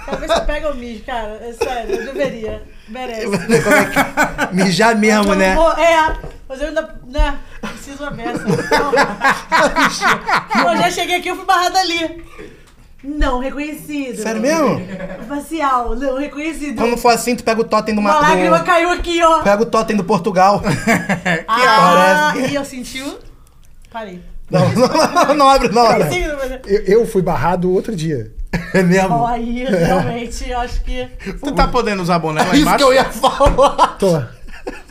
Talvez você pega o mijo, cara. É sério, eu deveria. Merece. Como é que- Mijar mesmo, Eu né? vou- é, mas eu ainda, né, preciso uma beça. Não. Eu já cheguei aqui, eu fui barrada ali. Não reconhecido. Sério mesmo? Facial, não reconhecido. Quando for assim, tu pega o totem do Uma Marcos. lágrima caiu aqui, ó. Pega o totem do Portugal. Ah, parece e eu senti o... Parei. Não, não, não, não abre, não. abre. Sim, mas- Eu, eu fui barrado outro dia. É Bom, mesmo? aí, realmente, eu acho que... Tu tá podendo usar boné lá É Isso que embaixo? eu ia falar. Tô.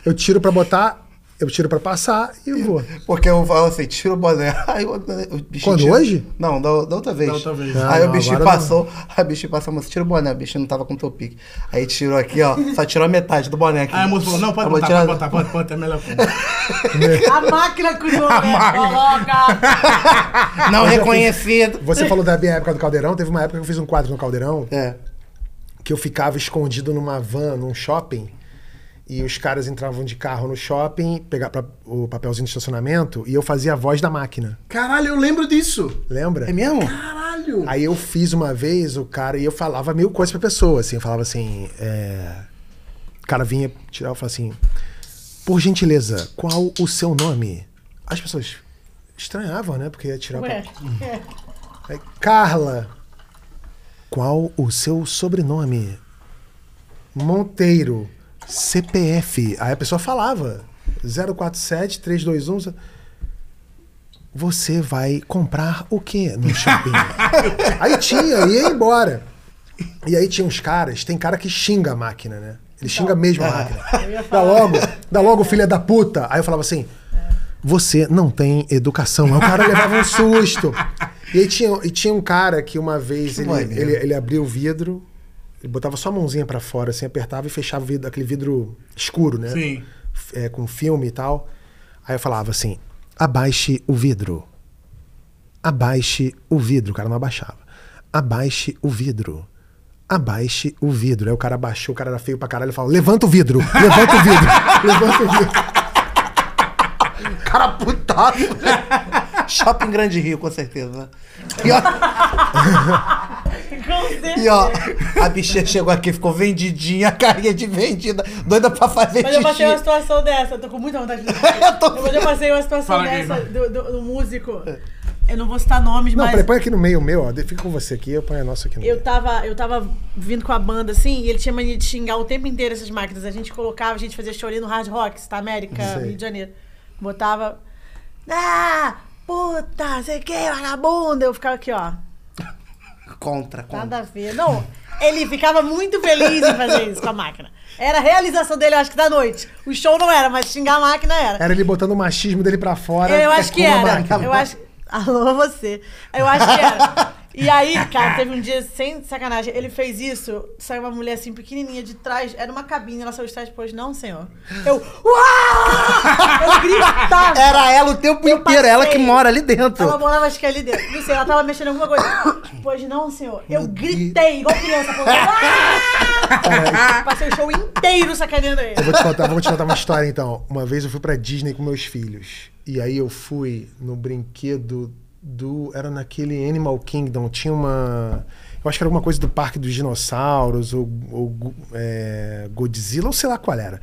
Eu tiro pra botar, eu tiro pra passar e eu vou. Porque eu falo assim, tira o boné. Aí o, o bicho Quando, tira- hoje? Não, da, da outra vez. Da outra vez. aí Ah, o não, bichinho agora passou, aí o bichinho passou, moça, tira o boné, o bichinho não tava com teu pique. Aí tirou aqui, ó, só tirou a metade do boné aqui. Aí a moça falou, não, pode Acabou botar, tirando- pode botar, pode, pode, é melhor. A máquina cuidou, né? máquina. Coloca... Não é reconhecido. Você falou da minha época do Caldeirão, teve uma época que eu fiz um quadro no Caldeirão É. que eu ficava escondido numa van, num shopping, e os caras entravam de carro no shopping, pegava o papelzinho de estacionamento, e eu fazia a voz da máquina. Caralho, eu lembro disso. Lembra? É mesmo? Caralho. Aí eu fiz uma vez o cara e eu falava mil coisas pra pessoa, assim, eu falava assim. é, O cara vinha tirar e falava assim: Por gentileza, qual o seu nome? As pessoas estranhavam, né? Porque ia tirar. pra- Ué, é. Aí, Carla, qual o seu sobrenome? Monteiro, CPF. Aí a pessoa falava: 047 321. Você vai comprar o quê no shopping? aí tinha, e ia embora. E aí tinha uns caras, tem cara que xinga a máquina, né? Ele xinga mesmo a máquina. Dá logo, dá logo, filha da puta. Aí eu falava assim: você não tem educação. Aí o cara levava um susto. E aí tinha, e tinha um cara que uma vez ele, maneiro. ele, ele abria o vidro, ele botava só a mãozinha pra fora, assim, apertava e fechava o vidro, aquele vidro escuro, né? Sim. F- é, com filme e tal. Aí eu falava assim: abaixe o vidro. Abaixe o vidro. O cara não abaixava. Abaixe o vidro. Abaixe o vidro. Aí o cara abaixou, o cara era feio pra caralho. Ele falou: levanta o vidro, levanta o vidro, levanta o vidro. Cara putado. É. Shopping Grande Rio, com certeza. E ó, com certeza. e ó, a bichinha chegou aqui, ficou vendidinha, a carinha de vendida, doida pra fazer Mas eu passei uma xixi. situação dessa, eu tô com muita vontade de Eu tô Mas eu passei uma situação Fala, dessa Guima. do, do- do músico. Eu não vou citar nomes, É. Não, mas peraí, põe aqui no meio o meu, ó. De- Fica com você aqui, eu ponho a nossa aqui no meio. eu tava, eu tava vindo com a banda assim, e ele tinha mania de xingar o tempo inteiro essas máquinas. A gente colocava, a gente fazia show ali no Hard Rock, tá? América, Sei. Rio de Janeiro. Botava. Ah! Puta, sei que, vagabunda! Eu ficava aqui, ó. Contra, contra. Nada a ver. Não, ele ficava muito feliz em fazer isso com a máquina. Era a realização dele, eu acho que da noite. O show não era, mas xingar a máquina era. Era ele botando o machismo dele pra fora. É, é Eu acho que com a era. máquina. Eu acho... Alô, você. Eu acho que era. E aí, cara, teve um dia, sem sacanagem, ele fez isso, saiu uma mulher assim, pequenininha, de trás, era uma cabine, ela saiu de trás depois, não, senhor. Eu, uau! Eu gritava. Era ela o tempo Eu inteiro, ela que passei. mora ali dentro. Ela morava, acho que ali dentro. Não sei, ela tava mexendo em alguma coisa. Pois não, senhor. Eu gritei, igual criança. pô. Ah! Passei o show inteiro sacaneando ele. Eu vou te contar, vou te contar uma história então. Uma vez eu fui pra Disney com meus filhos. E aí eu fui no brinquedo do. Era naquele Animal Kingdom. Tinha uma. Eu acho que era alguma coisa do Parque dos Dinossauros, ou, ou, é, Godzilla, ou sei lá qual era.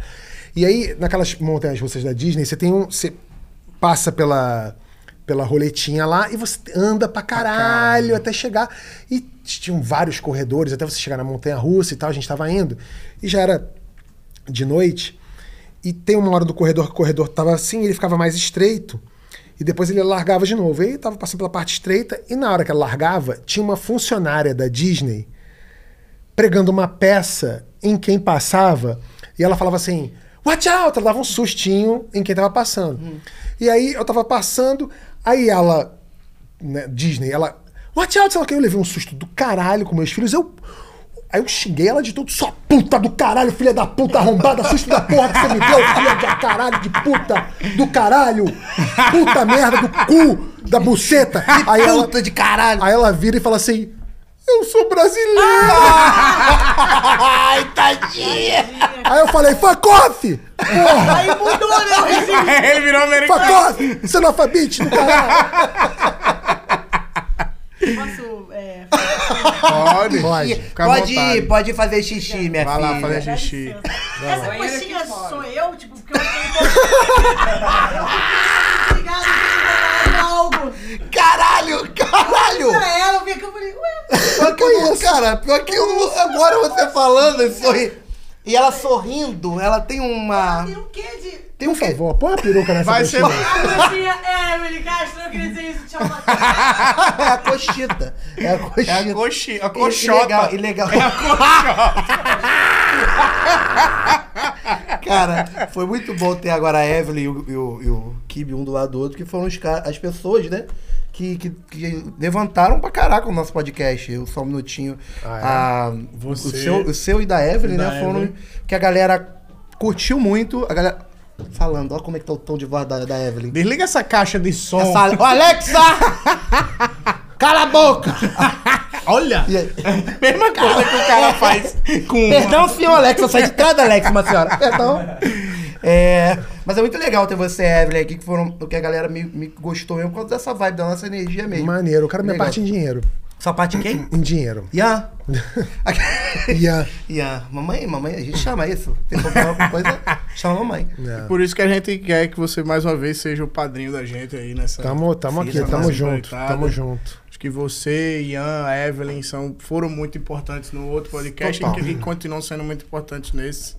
E aí, naquelas montanhas russas da Disney, você tem um. Você passa pela. Pela roletinha lá e você anda pra caralho até chegar. E tinham vários corredores até você chegar na montanha russa e tal. A gente tava indo. E já era de noite. E tem uma hora do corredor que o corredor tava assim, ele ficava mais estreito. E depois ele largava de novo. E aí tava passando pela parte estreita. E na hora que ela largava, tinha uma funcionária da Disney pregando uma peça em quem passava. E ela falava assim: Watch out! Ela dava um sustinho em quem tava passando. E aí eu tava passando, aí ela, né, Disney, ela. Watch out! Sei lá o que. Eu levei um susto do caralho com meus filhos. Eu. Aí eu xinguei ela de tudo, sua puta do caralho, filha da puta arrombada, susto da porra que você me deu, filha da caralho, de puta, do caralho, puta merda, do cu, da buceta. Aí ela, Puta de caralho. aí ela vira e fala assim, eu sou brasileira. Ai, tadinha. Aí eu falei, fuck off! Porra! Aí mudou, né? É, Ele virou Fuck americano. off! é Xenofabite do caralho! Eu Posso. É, Pode, Pode. Fica à Pode vontade. ir, pode ir fazer xixi, minha Vai filha. lá fazer dá xixi. licença. Essa coxinha sou eu, tipo, porque eu tenho. Obrigado por me algo. Caralho, caralho. Pra ela, eu vi que eu falei, ué. Pior que eu não, cara, pior que eu não, agora É você falando e sorri. E ela sorrindo, ela tem uma. Tem o quê de. Tem um Por quê? favor, põe a peruca nessa Vai ser. coxinha. A coxinha. É, Emily Castro, eu queria dizer isso, tchau. É a coxita. É a É a coxita. coxinha, a E- Ilegal, coxota. É ilegal. a coxota. Cara, foi muito bom ter agora a Evelyn e o, e o, e o Kibe um do lado do outro, que foram os ca- as pessoas, né? Que, que, que levantaram pra caraca o nosso podcast. Eu só um minutinho. Ah, A- é? Você- o, seu, o seu e da Evelyn, Da né? Foram Evelyn. que a galera curtiu muito. A galera. Falando, olha como é que tá o tom de voz da, da Evelyn. Desliga essa caixa de som. Essa- Ô, Alexa! Cala a boca! Olha! É E aí? Mesma coisa que o cara faz com. Perdão, senhor Alex, eu saí de trás da Alex, uma senhora. Perdão. É, mas é muito legal ter você, Evelyn, aqui, que foram o que a galera me, me gostou mesmo por causa dessa vibe, da nossa energia mesmo. Maneiro, eu quero minha Legal. parte em dinheiro. Sua parte em quem? Em dinheiro. Ian. Ian. Ian. Mamãe, mamãe, a gente chama isso. Tem problema com coisa, chama a mamãe. É. Por isso que a gente quer que você mais uma vez seja o padrinho da gente aí nessa. Tamo, tamo Sim, aqui, tá tamo mais junto, empreitada. tamo junto. Acho que você, Ian, a Evelyn são, foram muito importantes no outro podcast e, Total. que, e continuam sendo muito importantes nesse,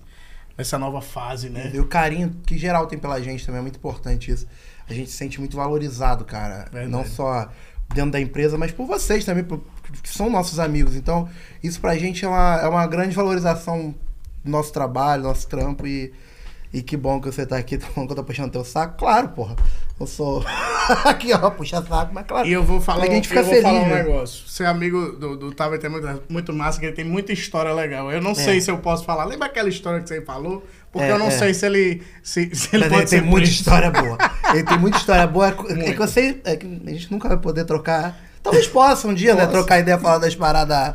nessa nova fase, né? E o carinho que geral tem pela gente também é muito importante isso. A gente se sente muito valorizado, cara. Verdade. Não só dentro da empresa, mas por vocês também, por- que são nossos amigos. Então, isso pra gente é uma, é uma grande valorização do nosso trabalho, do nosso trampo e. E que bom que você tá aqui, tá bom que eu tô puxando teu saco. Claro, porra. Eu sou. aqui, ó, puxa saco, mas claro. E eu vou falar, Pra que a gente fica eu vou feliz, falar um né? negócio. Ser amigo do, do Tava tem muito, muito massa, que ele tem muita história legal. Eu não sei se eu posso falar. Lembra aquela história que você falou? Porque É, eu não é. sei se ele, se, se ele Mas pode ele tem ser muita preso. história boa. Ele tem muita história boa. É que- É que vocês. é que a gente nunca vai poder trocar. Talvez possa um dia, né? Trocar ideia, falar das paradas.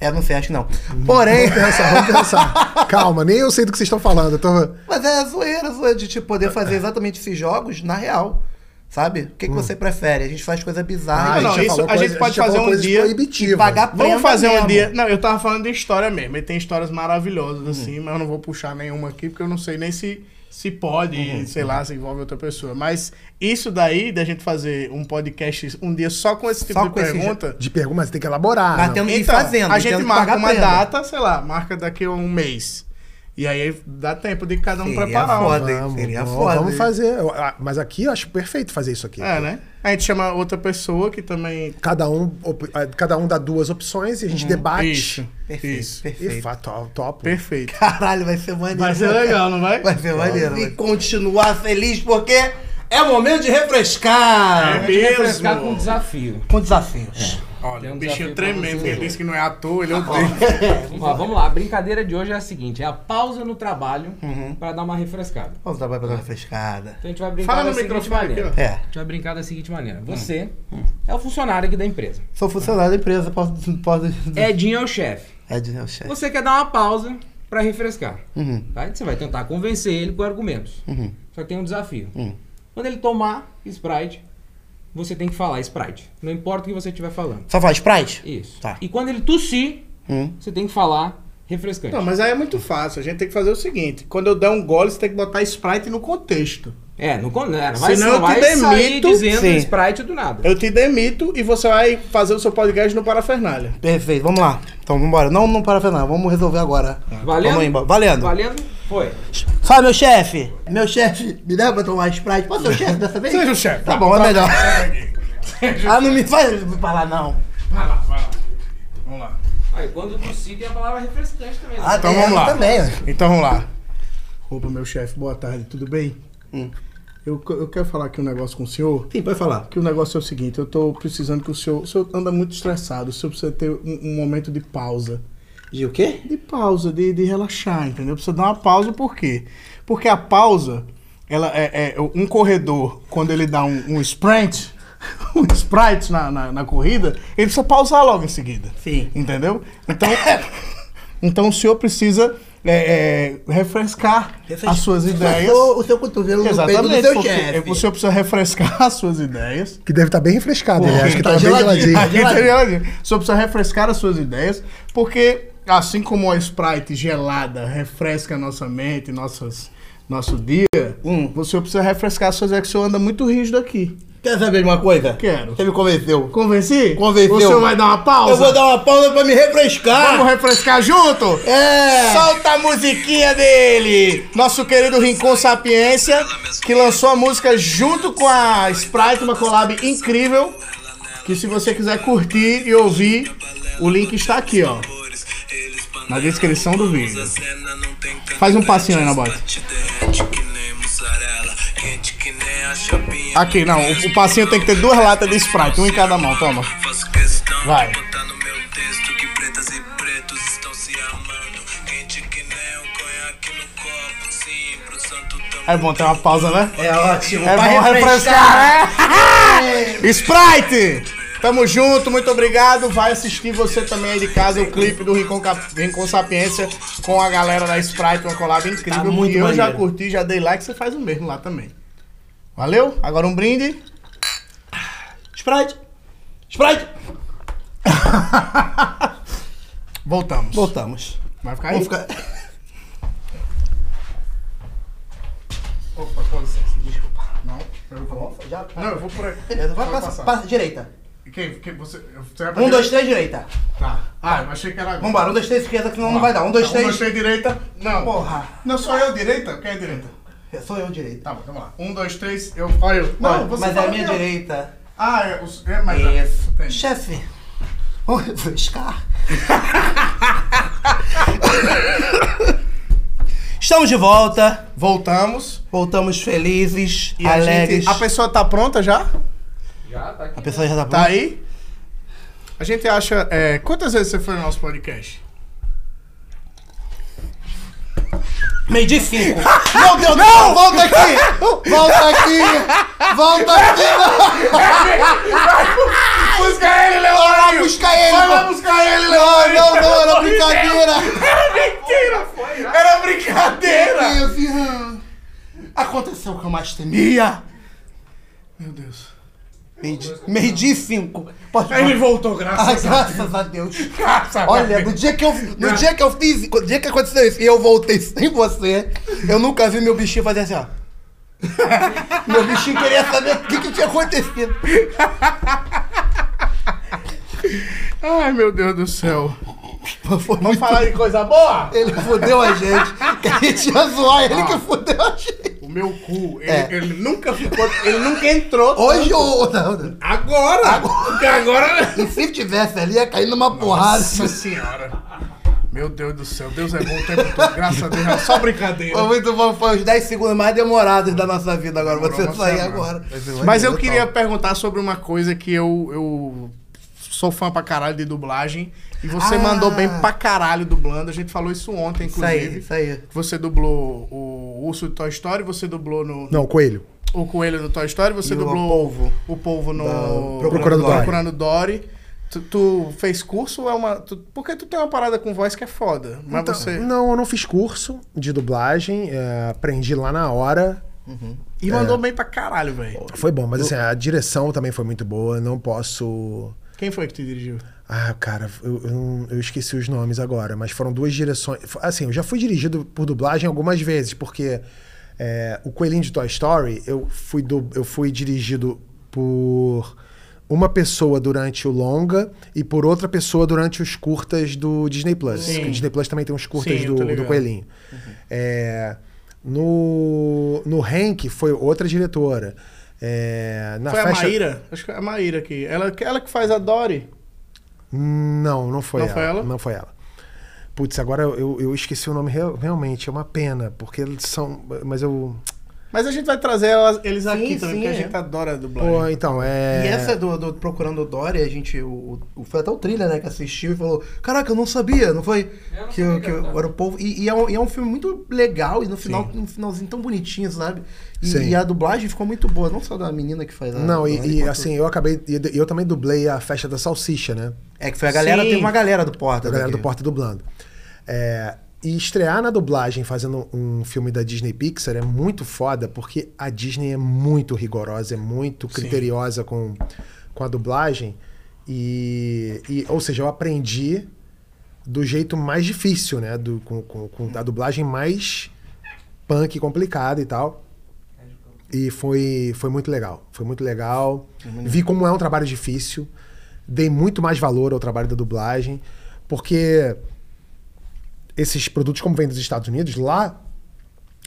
É, não sei, acho que não. Porém. Vamos pensar, vamos pensar. Calma, nem eu sei do que vocês estão falando. Eu tô... Mas é zoeira, zoeira de tipo, poder fazer exatamente esses jogos na real. Sabe? O que, que você prefere? A gente faz coisa bizarra. Ah, e não, já isso falou a gente pode já falou fazer um coisas dia proibitivas. e pagar- Vamos Aprenda fazer um mesmo. dia. Não, eu tava falando de história mesmo. Ele tem histórias maravilhosas, Uhum. assim, mas eu não vou puxar nenhuma aqui, porque eu não sei nem se, se pode, Uhum, sei lá, se envolve outra pessoa. Mas isso daí, da gente fazer um podcast um dia só com esse tipo Só de com esse pergunta. De pergunta, mas tem que elaborar. né? Mas não. tendo- E Então, fazendo, a e tendo gente que marca pagar uma prenda. data, sei lá, marca daqui a um mês. E aí dá tempo de cada um Seria preparar. foda. uma. Foda, hein? Seria vamos, foda, Ah, Vamos hein? fazer. Eu- ah, Mas aqui eu acho perfeito fazer isso aqui. É, né? A gente chama outra pessoa que também. Cada um, op- ah, cada um dá duas opções e a gente debate. Isso. Perfeito, Isso. E Uhum. perfeito. fa- to- topo. Perfeito. É Caralho, vai ser maneiro. Vai ser legal, né? não vai? é Vai ser maneiro. vai. E continuar feliz porque é momento de refrescar. É Refrescar com um mesmo. desafio. Com desafios. Olha, Tem um um bichinho desafio pra tremendo, você. que ele disse que não é à toa, ele odeia. Vamos lá, vamos lá. A brincadeira de hoje é a seguinte: é a pausa no trabalho Uhum. pra dar uma refrescada. Vamos dar pra dar uma refrescada. Então a gente vai brincar Fala da no seguinte microfone aqui, maneira. ó. Hum. É. A gente vai brincar da seguinte maneira. Você é o funcionário aqui da empresa. Sou funcionário da empresa, posso. posso Hum. Edinho é o chefe. É de meu chefe. Você quer dar uma pausa pra refrescar. Uhum. Tá? Você vai tentar convencer ele com argumentos. Uhum. Só que tem um desafio. Hum. Quando ele tomar Sprite, você tem que falar Sprite. Não importa o que você estiver falando. Só fala Sprite? Isso. Tá. E quando ele tossir, Hum. você tem que falar refrescante. Não, mas aí é muito fácil. A gente tem que fazer o seguinte: quando eu der um gole, você tem que botar Sprite no contexto. É, não, con- não vai, Senão não eu te vai sair demito. dizendo Sim. Sprite do nada. Eu te demito e você vai fazer o seu podcast no Parafernália. Perfeito, vamos lá. Então, vambora. Não, não para final, vamos resolver agora. Tá. Vamos embora. Valendo. Valendo? Foi. Fala, meu chefe. Meu chefe, me dá pra tomar Sprite? Posso ser o chefe dessa vez? Seja o chefe. Tá bom, é melhor. ah, não me faz falar, não. Vai lá, vai lá. Vamos lá. Aí, quando tossir, tem a palavra refrescante também. né? Ah, Então tem vamos essa lá. também. ó. Então vamos lá. Opa, meu chefe, boa tarde, tudo bem? Eu, eu quero falar aqui um negócio com o senhor. Sim, pode falar. Que o negócio é o seguinte, eu tô precisando que o senhor. O senhor anda muito estressado, o senhor precisa ter um, um momento de pausa. De o quê? De pausa, de, de relaxar, entendeu? Precisa dar uma pausa, por quê? Porque a pausa, ela é, é- um corredor, quando ele dá um, um sprint, um sprite na, na, na corrida, ele precisa pausar logo em seguida. Sim. Entendeu? Então, então o senhor precisa é, é, refrescar Refres- as suas ideias. Passou é o seu cotovelo no peito do é Exatamente, seu porque chefe. o senhor precisa refrescar as suas ideias. Que deve estar bem refrescado, né? Acho que tá tá, bem geladinho. geladinho. Aqui tá geladinho. Só precisa refrescar as suas ideias, porque assim como a Sprite gelada refresca a nossa mente, nossas, nosso dia, Hum. você precisa refrescar as suas ideias, que o senhor anda muito rígido aqui. Quer saber de uma coisa? Quero. Você me convenceu. Convenci? Convenceu. O senhor vai dar uma pausa? Eu vou dar uma pausa pra me refrescar. Vamos refrescar junto? É. Solta a musiquinha dele! Nosso querido Rincon Sapiência, que lançou a música junto com a Sprite, uma collab incrível. Que se você quiser curtir e ouvir, o link está aqui, ó. Na descrição do vídeo. Faz um passinho aí na bota. Aqui, não. O, o passinho tem que ter duas latas de Sprite, um em cada mão, toma. Faço questão Vai. de botar no meu texto que pretas e pretos estão se amando. Quente que nem um conhaque no copo, sim, pro santo É bom ter uma pausa, né? É ótimo. É pra bom refrescar, né? Sprite! Tamo junto, muito obrigado. Vai assistir você também aí de casa o clipe do Rincon, Cap... Rincon Sapiência com a galera da Sprite, uma collab incrível. Tá muito e eu já maneiro. curti, já dei like, você faz o mesmo lá também. Valeu? Agora um brinde. Sprite. Sprite. Voltamos. Voltamos. Vai ficar aí? Vamos ficar... Opa, com licença, desculpa. Não, eu vou. Já... Não, eu vou por aqui. Beleza, vai Só passar. passar. Passa direita. Quem? Quem? Você, você vai pra Um, direita? dois, três, direita. Tá. Ah, eu achei que era agora. Vambora, um, dois, três, esquerda, que senão não vai dar. Um, dois, Tá, Um, dois, três. três, direita. Não. Porra. Não, sou eu direita? Quem é direita? Eu Sou eu direita. Tá bom, vamos lá. Um, dois, três, eu. Olha, eu. Olha, mas é fala a minha que eu- direita. Ah, é, os- é mas. Isso. Entendi. Chefe, vamos refrescar. Estamos de volta. Voltamos. Voltamos felizes, E a, alegres. gente, a pessoa tá pronta já? Já tá aqui. A pessoa já tá Tá pronta. aí? A gente acha. é, quantas vezes você foi no nosso podcast? Meio de cinco. Meu Deus, não! Volta aqui! Volta aqui! Volta aqui! Busca ele, Leonardo! Busca ele! pô. buscar ele, Não, não, não, era brincadeira! Mentira! Foi, Era brincadeira! Meu Deus. Aconteceu o que eu mais temia. Meu Deus. Meio de, meio de cinco. Pode Ele voltou, graças Ah, graças a Deus. Graças a Olha, Deus. no dia que eu, no dia que eu fiz, no dia que aconteceu isso e eu voltei sem você, eu nunca vi meu bichinho fazer assim, ó. meu bichinho queria saber o que, que tinha acontecido. Ai, meu Deus do céu. Foi Vamos muito... falar de coisa boa? Ele fudeu a gente. Que a gente ia zoar ele que fudeu a gente. O meu cu, ele, É. ele nunca ficou. Ele nunca entrou. Hoje ou não, não. Agora! Porque agora. E se tivesse ali, ia cair numa porrada. Nossa senhora! Meu Deus do céu, Deus é bom o tempo todo, graças a Deus, é só brincadeira. Foi muito bom, foi os 10 segundos mais demorados da nossa vida agora. Demorou Você uma sair semana. agora. Mas eu queria perguntar sobre uma coisa que eu, eu sou fã pra caralho de dublagem. E você Ah. mandou bem pra caralho dublando. A gente falou isso ontem, Isso aí, inclusive. isso aí. Você dublou o urso do Toy Story, você dublou no, Não, Coelho. o coelho no Toy Story, você E o dublou o polvo, no Da- Procurando Dory. Procurando Dory. Tu, tu fez curso ou é uma tu- porque tu tem uma parada com voz que é foda, mas Então, você Não, eu não fiz curso de dublagem. é, aprendi lá na hora. e mandou bem pra caralho, velho. Foi bom, mas assim, a direção também foi muito boa. Não posso. Quem foi que te dirigiu? Ah, cara, eu, eu não- eu esqueci os nomes agora, mas foram duas direções. Fo- Assim, eu já fui dirigido por dublagem algumas vezes, porque é, o Coelhinho de Toy Story, eu fui, du- eu fui dirigido por uma pessoa durante o longa e por outra pessoa durante os curtas do Disney Plus. Sim. O Disney Plus também tem uns curtas Sim, eu do, tô do ligado. Coelhinho. É, no, no Hank foi outra diretora. É, na foi festa... a Maíra? Acho que é a Maíra aqui. Ela, ela que faz a Dory. Não, não foi Não ela. foi ela? Não foi ela. Putz, agora eu, eu esqueci o nome real- realmente, é uma pena, porque eles são. Mas eu. Mas a gente vai trazer elas- eles aqui também, Sim, sim, porque a é. gente adora a dublagem. né? Pô, então, é. E essa do, do Procurando o Dory, a gente. O, o- foi até o trilha, né? Que assistiu e falou: Caraca, eu não sabia, não foi? Eu não que sabia o- que que o- era. era o povo. E, e é um, e é um filme muito legal, e no final, um finalzinho tão bonitinho, sabe? E, Sim. e a dublagem ficou muito boa, não só da menina que faz a. Não, e- Dory, é e, quanto- assim, eu acabei. e Eu também dublei a festa da salsicha, né? É que foi a galera, Sim. teve uma galera do Porta. A galera daqui. do Porta dublando. É, e estrear na dublagem fazendo um filme da Disney Pixar é muito foda, porque a Disney é muito rigorosa, é muito criteriosa com, com a dublagem. E, e, ou seja, eu aprendi do jeito mais difícil, né? Do, com, com, com a dublagem mais punk, complicada e tal. E foi, foi muito legal. Foi muito legal. Vi como é um trabalho difícil. Dei muito mais valor ao trabalho da dublagem. Porque esses produtos, como vêm dos Estados Unidos, lá,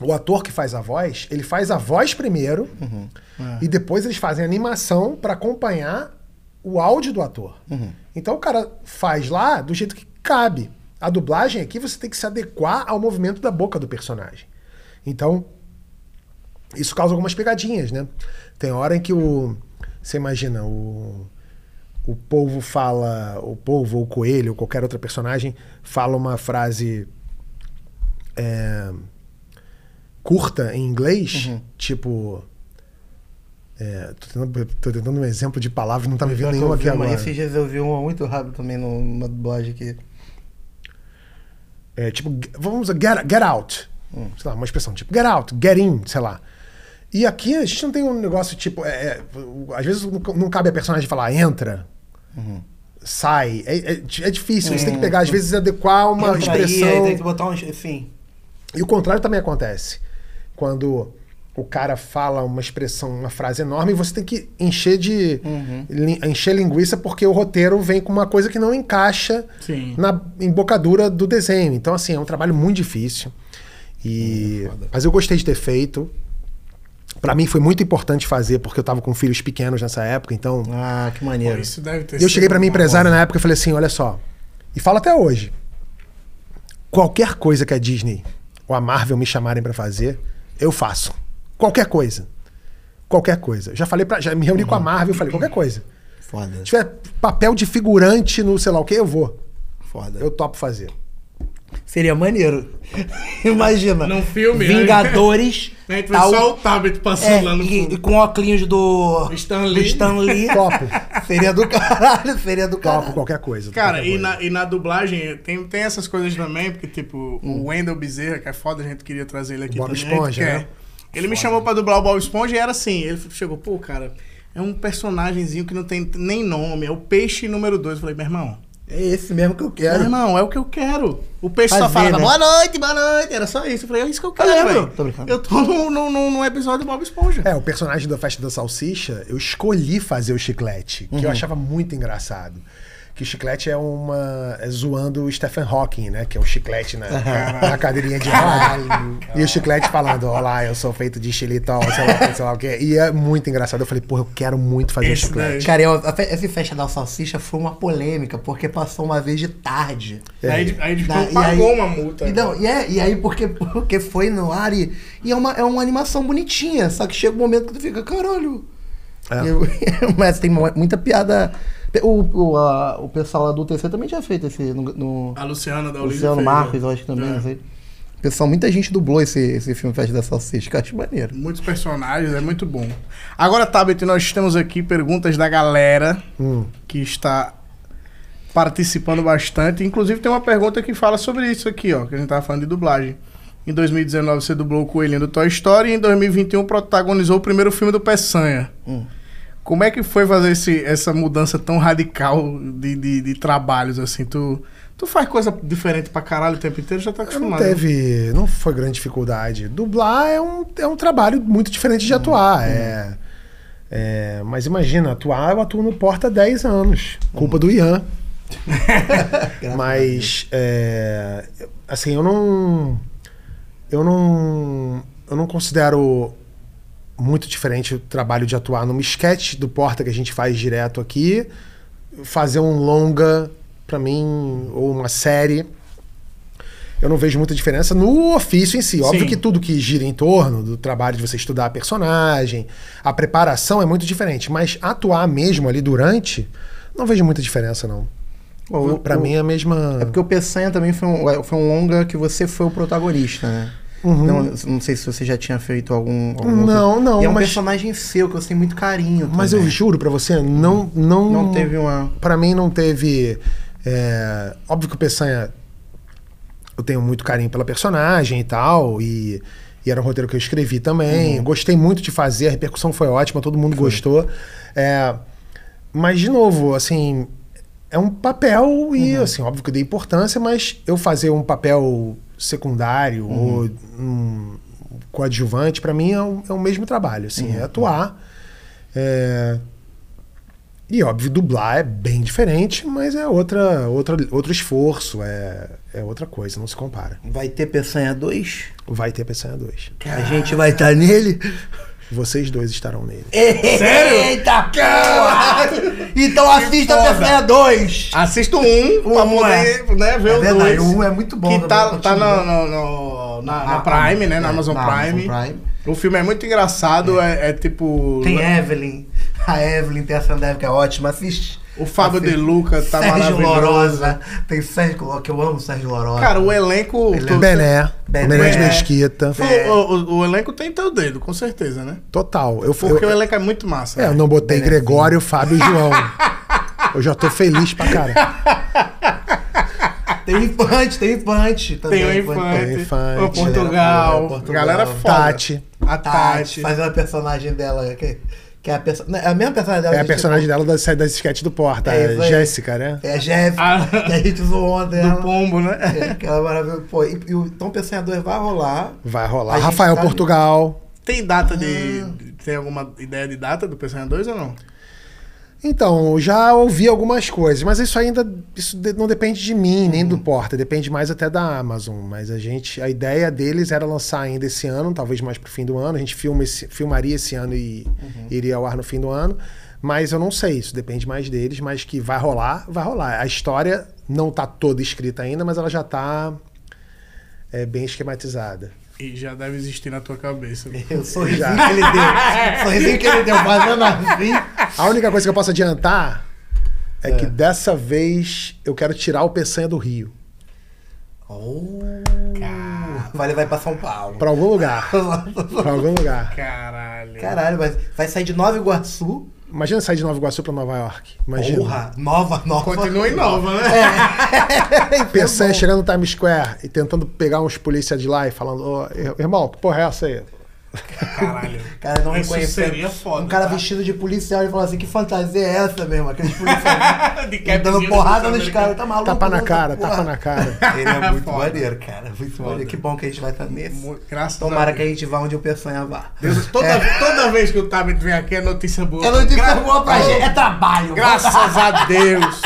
o ator que faz a voz, ele faz a voz primeiro. E depois eles fazem a animação para acompanhar o áudio do ator. Então o cara faz lá do jeito que cabe. A dublagem aqui você tem que se adequar ao movimento da boca do personagem. Então, isso causa algumas pegadinhas, né? Tem hora em que o. Você imagina, o. O povo fala. O povo, ou o coelho, ou qualquer outra personagem, fala uma frase. é, curta em inglês, tipo. é, tô, tentando, tô tentando um exemplo de palavra, não tá me vindo Pior que nenhuma eu aqui vi uma- agora. Esses dias eu vi uma muito rápido também numa dublagem aqui. É, tipo, ge- vamos dizer, get, get out. Hum. Sei lá, uma expressão tipo get out, get in, sei lá. E aqui a gente não tem um negócio tipo. é, é, o- às vezes não ca- não cabe a personagem falar entra, Uhum. sai. É, é di- é difícil, você tem que pegar, às vezes, adequar uma Entra aí, expressão. aí tem que botar um. Enfim. E o contrário também acontece. Quando o cara fala uma expressão, uma frase enorme, você tem que encher de. li- encher linguiça, porque o roteiro vem com uma coisa que não encaixa Sim. na embocadura do desenho. Então, assim, é um trabalho muito difícil. E... Mas eu gostei de ter feito. Pra mim foi muito importante fazer, porque eu tava com filhos pequenos nessa época, então. Ah, que maneiro. Isso deve ter E eu cheguei pra minha uma empresária na época e falei assim: olha só, e falo até hoje. Qualquer coisa que a Disney ou a Marvel me chamarem pra fazer, eu faço. Qualquer coisa. Qualquer coisa. Já falei para, já me reuni com a Uhum. Marvel, falei qualquer coisa. Foda. Se tiver papel de figurante no sei lá o que, eu vou. Foda. Eu topo fazer. Seria maneiro. Imagina. Num filme, né? Vingadores. boa. A gente vê tal- só o tablet passando é, lá no e, fundo. e com óculos do Stan do Lee. Stan Lee. Topo. seria do caralho, seria do Topo caralho. qualquer coisa. Cara, é qualquer e coisa. na, e na dublagem tem, tem essas coisas também, porque, tipo, Hum. o Wendell Bezerra, que é foda, a gente queria trazer ele aqui Bob também, Esponja, que é- né? Ele me chamou pra dublar o Bob Esponja e era assim, ele chegou, pô, cara, é um personagemzinho que não tem nem nome, é o peixe número 2. Eu falei, meu irmão, É esse mesmo que eu meu quero. irmão, é o que eu quero. O peixe só Fazer, falava, né? boa noite, boa noite, era só isso. Eu falei, é isso que eu quero, lembro. velho. Tô brincando. Eu tô num no, no, no episódio do Bob Esponja. É, o Uhum. personagem da Festa da Salsicha, eu escolhi fazer o chiclete, que eu achava muito engraçado. que chiclete é uma. é zoando o Stephen Hawking, né? Que é um chiclete na, na cadeirinha de roda. E o chiclete falando: Olá, eu sou feito de xilitol, sei lá, o quê, sei lá o quê. E é muito engraçado. Eu falei: Porra, eu quero muito fazer Esse chiclete. daí. Cara, eu, a fe- essa festa da salsicha foi uma polêmica, porque passou uma vez de tarde. Aí, aí ele Da- É, e pagou aí- uma multa. E, não, e, é- e aí, porque, porque foi no ar e, e é, uma, é uma animação bonitinha, só que chega um momento que tu fica, caralho. É. Eu- mas tem mu- muita piada. O, o, a- o pessoal lá do TC também tinha feito esse. No, no- A Luciana da Olívia. Luciano fez, Marcos, né? eu acho que também, É. não sei. Pessoal, muita gente dublou esse, esse filme Festa da Salsicha, que eu acho maneiro. Muitos personagens, é muito bom. Agora, Tabet, nós temos aqui perguntas da galera Hum. que está participando bastante. Inclusive, tem uma pergunta que fala sobre isso aqui, ó, que a gente tava falando de dublagem. Em 2019, você dublou o Coelhinho do Toy Story e em 2021 protagonizou o primeiro filme do Peçanha. Hum. Como é que foi fazer esse- essa mudança tão radical de, de- de trabalhos, assim? Tu, tu faz coisa diferente pra caralho o tempo inteiro, já tá Eu Não acostumado. né? teve. Não foi grande dificuldade. Dublar é um, é um trabalho muito diferente Uhum. de atuar. É, é, mas imagina, atuar eu atuo no Porta há 10 anos. Culpa do Ian. mas. é, assim, eu não. Eu não. Eu não considero muito diferente o trabalho de atuar numa sketch do Porta que a gente faz direto aqui, fazer um longa pra mim ou uma série. Eu não vejo muita diferença no ofício em si. Óbvio Sim. que tudo que gira em torno do trabalho de você estudar a personagem, a preparação é muito diferente, mas atuar mesmo ali durante, não vejo muita diferença não. O- Pra o- mim é a mesma. É porque o Peçanha também foi um, foi um longa que você foi o protagonista, né? Não, não sei se você já tinha feito algum. algum Uhum. Hum. Não, outro- não, E é um mas- personagem seu que eu tenho muito carinho. Mas eu também. juro pra você, não não Não teve uma. Pra mim não teve. é, óbvio que o Peçanha. Eu tenho muito carinho pela personagem e tal. E, e era um roteiro que eu escrevi também. Gostei muito de fazer, a repercussão foi ótima, todo mundo gostou. É, mas, de novo, assim. É um papel e, assim, óbvio que eu dei importância, mas eu fazer um papel secundário ou um coadjuvante, pra mim é o, é o mesmo trabalho, assim, é atuar. É, e óbvio, dublar é bem diferente, mas é outra, outra, outro esforço, é, é outra coisa, não se compara. Vai ter Peçanha 2? Vai ter Peçanha 2. A gente vai estar nele? Vocês dois estarão nele. É Sério? Eita porra! Então assista foda. Peçanha 2! Assisto um, pra Um, poder né, ver É o verdade, dois. um é muito bom Que também, tá, eu tá continuo. no, no- no- na, na Ah, Prime, né? Na é, Amazon na Amazon Prime. Prime. O filme é muito engraçado, é, é tipo... Tem Evelyn. A Evelyn tem a Sandra que é ótima. Assiste. O Fábio Assiste. De Luca tá é. Sérgio maravilhoso. Lorosa. Tem Sérgio Lorosa, que eu amo Sérgio Lorosa. Cara, o elenco... Ele é tu- Bené, Bené. Bené de Bené. Mesquita. tu- é- O, o- o elenco tem teu dedo, com certeza, né? Total. Eu, Porque eu, o elenco é muito massa. é, eu não botei Benézinho. Gregório, Fábio e João. eu já tô feliz pra Tá cara. Tem Infante, tem Infante. Tem Também, o tem o Infante, Infante, o Portugal, galera, é Portugal. galera foda. Tati. A Tati. Tati. Fazendo a Tá, personagem dela. Que, que é, a perso... não, é a mesma personagem dela. É a que gente personagem dela da série das sketches do Porta, É isso aí. Jéssica, né? É a Jéssica, Ah. que a gente zoou dela. Do Pombo, né? É, que ela é maravilhosa. Pô, e, e o Tom Pensador vai rolar. Vai rolar. É. A gente Rafael tá- Portugal. Tem data de... Ah. Tem alguma ideia de data do Personagem 2 ou não? Então, eu já ouvi algumas coisas, mas isso ainda isso de- não depende de mim, nem do Porta, depende mais até da Amazon. Mas a gente, a ideia deles era lançar ainda esse ano, talvez mais pro fim do ano. A gente filma esse- filmaria esse ano e iria ao ar no fim do ano. Mas eu não sei, isso depende mais deles, mas que vai rolar, vai rolar. A história não tá toda escrita ainda, mas ela já tá é, bem esquematizada. E já deve existir na tua cabeça. O sorrisinho que ele deu. O sorrisinho que ele deu, fazendo assim. A única coisa que eu posso adiantar é, que dessa vez eu quero tirar o Peçanha do Rio. Oh, vai levar pra São Paulo. Pra algum lugar. Pra algum lugar. Caralho. Caralho, vai, vai sair de Nova Iguaçu. Imagina sair de Nova Iguaçu pra Nova York. Imagina. Porra, nova, nova. É, Continua em nova, né? É, Peçanha chegando no Times Square e tentando pegar uns policiais de lá e falando, ô, ir- irmão, que porra é essa aí? Caralho. Cara, não Isso reconheceu. seria foda. Um cara tá? vestido de policial e falou assim: que fantasia é essa mesmo? Aqueles policiais de dando capzinho porrada do nos caras, tá maluco? Tapa na não, cara, porra. tapa na cara. Ele é muito Foda. maneiro, cara. Muito maneiro. Que bom que a gente vai estar nesse. Mu- Graças Tomara a que a gente vá onde o Peçanha vá. Deus. Toda, toda vez que o Tabet vem aqui é notícia boa. É notícia Gra- boa pra gente. É trabalho. Graças a Deus.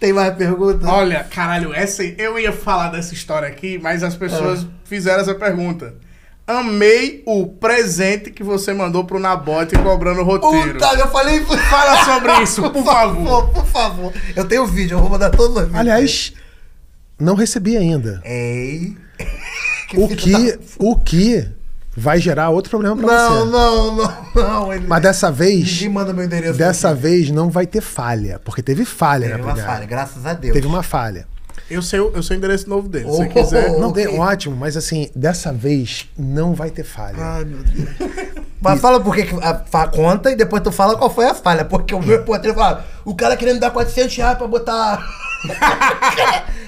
Tem mais perguntas? Olha, caralho, essa, eu ia falar dessa história aqui, mas as É. pessoas fizeram essa pergunta. Amei o presente que você mandou pro Nabote cobrando o roteiro. Puta, eu falei. Fala sobre isso, por favor. Por favor. Eu tenho vídeo, eu vou mandar todos os vídeos. Aliás, não recebi ainda. Ei. É o, que, o que vai gerar outro problema pra Não, você. não, não, não. Ele... Mas dessa vez, Ninguém manda meu endereço. dessa vez não vai ter falha, porque teve falha Teve na uma primeira. falha, graças a Deus. Teve uma falha. Eu sei, o- eu sei o endereço novo dele, se Oh. você quiser. Oh. Não, Ok. tem- ótimo, mas assim, dessa vez não vai ter falha. Ai, meu Deus. Mas fala por que que a, fa- conta e depois tu fala qual foi a falha. Porque o meu repórter fala, o cara querendo dar 400 reais pra botar.